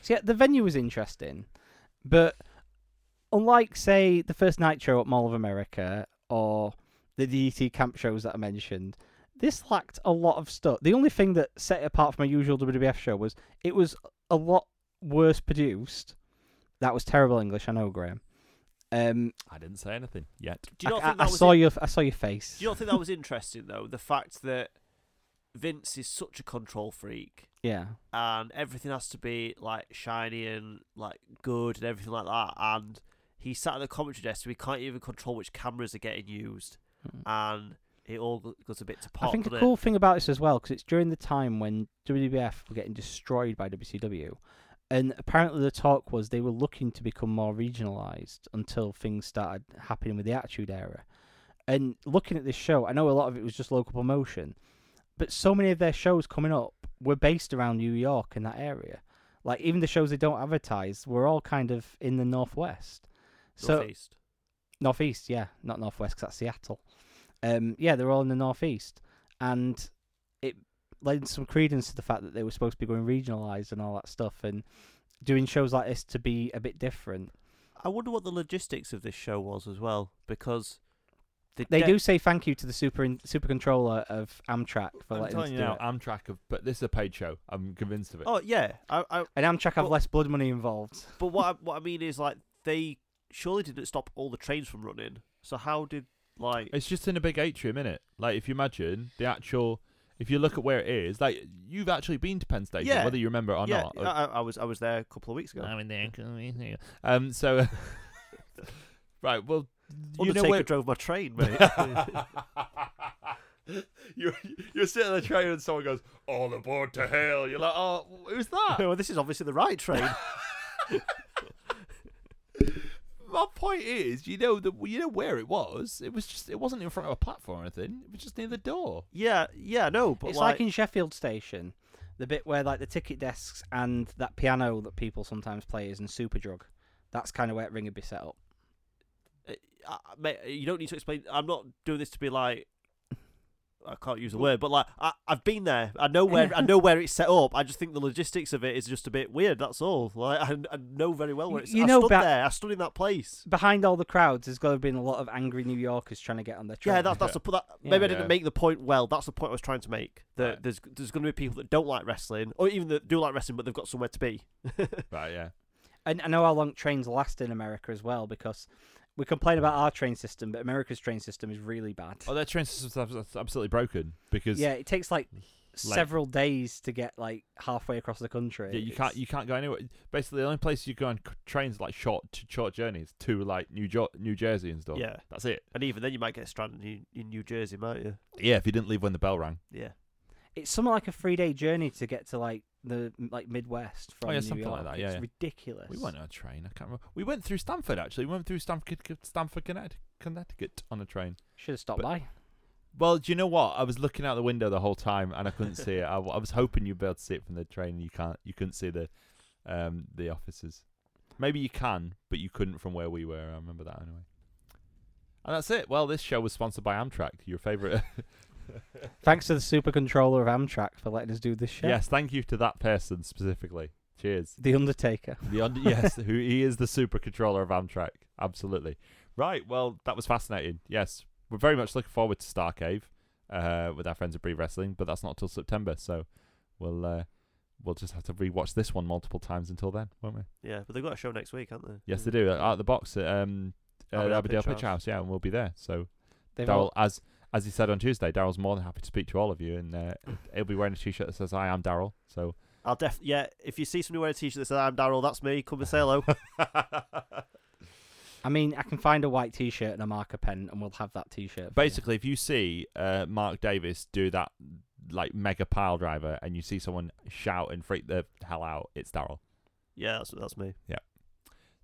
[SPEAKER 3] So yeah, the venue was interesting, but unlike say the first night show at Mall of America or the DDT camp shows that I mentioned, this lacked a lot of stuff. The only thing that set it apart from a usual WWF show was it was a lot worse produced. That was terrible English, I know, Graham. Um,
[SPEAKER 2] I didn't say anything yet.
[SPEAKER 4] Do you
[SPEAKER 3] I,
[SPEAKER 4] not
[SPEAKER 3] I-
[SPEAKER 4] think
[SPEAKER 3] I
[SPEAKER 4] that was
[SPEAKER 3] saw
[SPEAKER 4] in-
[SPEAKER 3] your I saw your face.
[SPEAKER 4] Do you not think that was interesting though? The fact that Vince is such a control freak
[SPEAKER 3] yeah.
[SPEAKER 4] and everything has to be like shiny and like good and everything like that. And he sat at the commentary desk, so he can't even control which cameras are getting used,
[SPEAKER 3] Hmm.
[SPEAKER 4] and it all go- goes a bit to pot.
[SPEAKER 3] I think
[SPEAKER 4] doesn't
[SPEAKER 3] the
[SPEAKER 4] it?
[SPEAKER 3] cool thing about this as well, because it's during the time when WWF were getting destroyed by WCW, and apparently the talk was they were looking to become more regionalized until things started happening with the Attitude Era. And looking at this show, I know a lot of it was just local promotion, but so many of their shows coming up were based around New York and that area. Like even the shows they don't advertise were all kind of in the northwest. So
[SPEAKER 4] Northeast.
[SPEAKER 3] Northeast, yeah, not northwest 'cause that's Seattle. Um, yeah, they're all in the northeast, and it lends some credence to the fact that they were supposed to be going regionalized and all that stuff, and doing shows like this to be a bit different.
[SPEAKER 4] I wonder what the logistics of this show was as well, because the
[SPEAKER 3] They
[SPEAKER 4] de-
[SPEAKER 3] do say thank you to the super in, super controller of Amtrak for
[SPEAKER 2] I'm
[SPEAKER 3] letting us
[SPEAKER 2] telling
[SPEAKER 3] do
[SPEAKER 2] you now,
[SPEAKER 3] it.
[SPEAKER 2] Amtrak, have, but this is a paid show. I'm convinced of it.
[SPEAKER 4] Oh yeah, I, I
[SPEAKER 3] and Amtrak have
[SPEAKER 4] Well-
[SPEAKER 3] less blood money involved.
[SPEAKER 4] But what I, what I mean is like they surely didn't stop all the trains from running. So how did like
[SPEAKER 2] It's just in a big atrium, innit? Like, if you imagine the actual, if you look at where it is, like, you've actually been to Penn Station,
[SPEAKER 4] Yeah.
[SPEAKER 2] whether you remember it or
[SPEAKER 4] yeah,
[SPEAKER 2] not. Uh, Oh,
[SPEAKER 4] I, I- I was I was there a couple of weeks ago.
[SPEAKER 2] I'm in there. Um, so, right, well, you
[SPEAKER 4] Undertaker
[SPEAKER 2] know where.
[SPEAKER 4] drove my train, mate.
[SPEAKER 2] you're, you're sitting on the train and someone goes, All aboard to hell. You're like, Oh, who's that?
[SPEAKER 4] well, this is obviously the right train.
[SPEAKER 2] My point is, you know that you know where it was. It was just it wasn't in front of a platform or anything. It was just near the door.
[SPEAKER 4] yeah, yeah, no, but
[SPEAKER 3] it's like, in Sheffield Station, the bit where like the ticket desks and that piano that people sometimes play is in Superdrug. That's kind of where it ring would be set up.
[SPEAKER 4] uh, mate, you don't need to explain. I'm not doing this to be like. I can't use the word, but like I, I've been there. I know where I know where it's set up. I just think the logistics of it is just a bit weird. That's all. Like I, I know very well where it's.
[SPEAKER 3] You
[SPEAKER 4] I
[SPEAKER 3] know
[SPEAKER 4] stood
[SPEAKER 3] ba-
[SPEAKER 4] there. I stood in that place.
[SPEAKER 3] behind all the crowds, there's got to have been a lot of angry New Yorkers trying to get on their train.
[SPEAKER 4] Yeah, that, that's the po- that,
[SPEAKER 3] Yeah.
[SPEAKER 4] maybe I
[SPEAKER 2] Yeah.
[SPEAKER 4] didn't make the point well. That's the point I was trying to make. That
[SPEAKER 2] Right.
[SPEAKER 4] there's there's going to be people that don't like wrestling, or even that do like wrestling, but they've got somewhere to be.
[SPEAKER 2] Right, yeah.
[SPEAKER 3] and I know how long trains last in America as well because we complain about our train system, but America's train system is really bad.
[SPEAKER 2] Oh, their train system's abs- absolutely broken because
[SPEAKER 3] yeah, it takes like, several days to get like halfway across the country.
[SPEAKER 2] Yeah, you
[SPEAKER 3] It's-
[SPEAKER 2] can't you can't go anywhere. Basically, the only place you go on c- trains like short short journeys to like New jo- New Jersey and stuff.
[SPEAKER 4] Yeah,
[SPEAKER 2] that's it.
[SPEAKER 4] and even then you might get stranded in, in New Jersey, might you?
[SPEAKER 2] Yeah, if you didn't leave when the bell rang.
[SPEAKER 4] Yeah,
[SPEAKER 3] It's something like a three day journey to get to like the like Midwest from
[SPEAKER 2] Oh, yeah,
[SPEAKER 3] New
[SPEAKER 2] something like
[SPEAKER 3] York.
[SPEAKER 2] that, yeah,
[SPEAKER 3] it's
[SPEAKER 2] yeah.
[SPEAKER 3] ridiculous.
[SPEAKER 2] We went on a train. I can't remember. We went through Stamford actually. We went through Stamford, Stamford, Connecticut, Connecticut on a train.
[SPEAKER 3] Should have stopped
[SPEAKER 2] But-
[SPEAKER 3] by.
[SPEAKER 2] Well, do you know what? I was looking out the window the whole time and I couldn't see it. I, w- I was hoping you'd be able to see it from the train. You can't. You couldn't see the um the offices. Maybe you can, but you couldn't from where we were. I remember that anyway. And that's it. Well, this show was sponsored by Amtrak, your favourite.
[SPEAKER 3] Thanks to the super controller of Amtrak for letting us do this show.
[SPEAKER 2] yes, thank you to that person specifically. Cheers.
[SPEAKER 3] The Undertaker.
[SPEAKER 2] The under- yes, who he is the super controller of Amtrak. Absolutely. Right. Well, that was fascinating. Yes, we're very much looking forward to Starcave uh, with our friends at Bree Wrestling, but that's not till September, so we'll uh, we'll just have to rewatch this one multiple times until then, won't we?
[SPEAKER 4] yeah, but they've got a show next week, haven't they?
[SPEAKER 2] Yes, they do. Out of the box at um, uh,
[SPEAKER 4] Aberdale
[SPEAKER 2] Aberdale
[SPEAKER 4] Hmm. Pitch
[SPEAKER 2] Pitch House, yeah, and we'll be there. So
[SPEAKER 3] They've all-
[SPEAKER 2] Daryl, as as he said on Tuesday, Daryl's more than happy to speak to all of you, and uh, he'll be wearing a T-shirt that says "I am Daryl." So
[SPEAKER 4] I'll def yeah. If you see somebody wearing a t-shirt that says "I'm Daryl," that's me. Come and say hello.
[SPEAKER 3] I mean, I can find a white T-shirt and a marker pen, and we'll have that T-shirt. for you.
[SPEAKER 2] Basically, if you see uh, Mark Davis do that like mega pile driver, and you see someone shout and freak the hell out, it's Daryl.
[SPEAKER 4] yeah, that's that's me.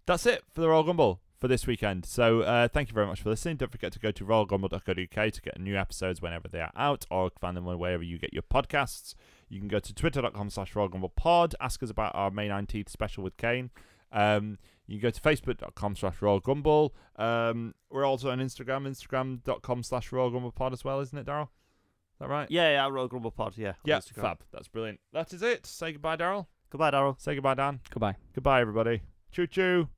[SPEAKER 2] That's it for the Royal Rumble for this weekend. So uh, thank you very much for listening. Don't forget to go to royalrumble.co.uk to get new episodes whenever they are out, or find them wherever you get your podcasts. You can go to twitter.com slash Royal Rumble pod. Ask us about our May 19th special with Kane. Um, you can go to facebook.com slash Royal Rumble. Um, we're also on Instagram, instagram.com slash Royal Rumble pod as well, isn't it, Daryl? Is that right?
[SPEAKER 4] Yeah, yeah, Royal Grumble Pod. Yeah, on
[SPEAKER 2] Yeah,
[SPEAKER 4] Instagram.
[SPEAKER 2] fab. That's brilliant. That is it. Say goodbye, Daryl.
[SPEAKER 4] Goodbye, Daryl.
[SPEAKER 2] Say goodbye, Dan.
[SPEAKER 3] goodbye.
[SPEAKER 2] Goodbye, everybody. Choo choo.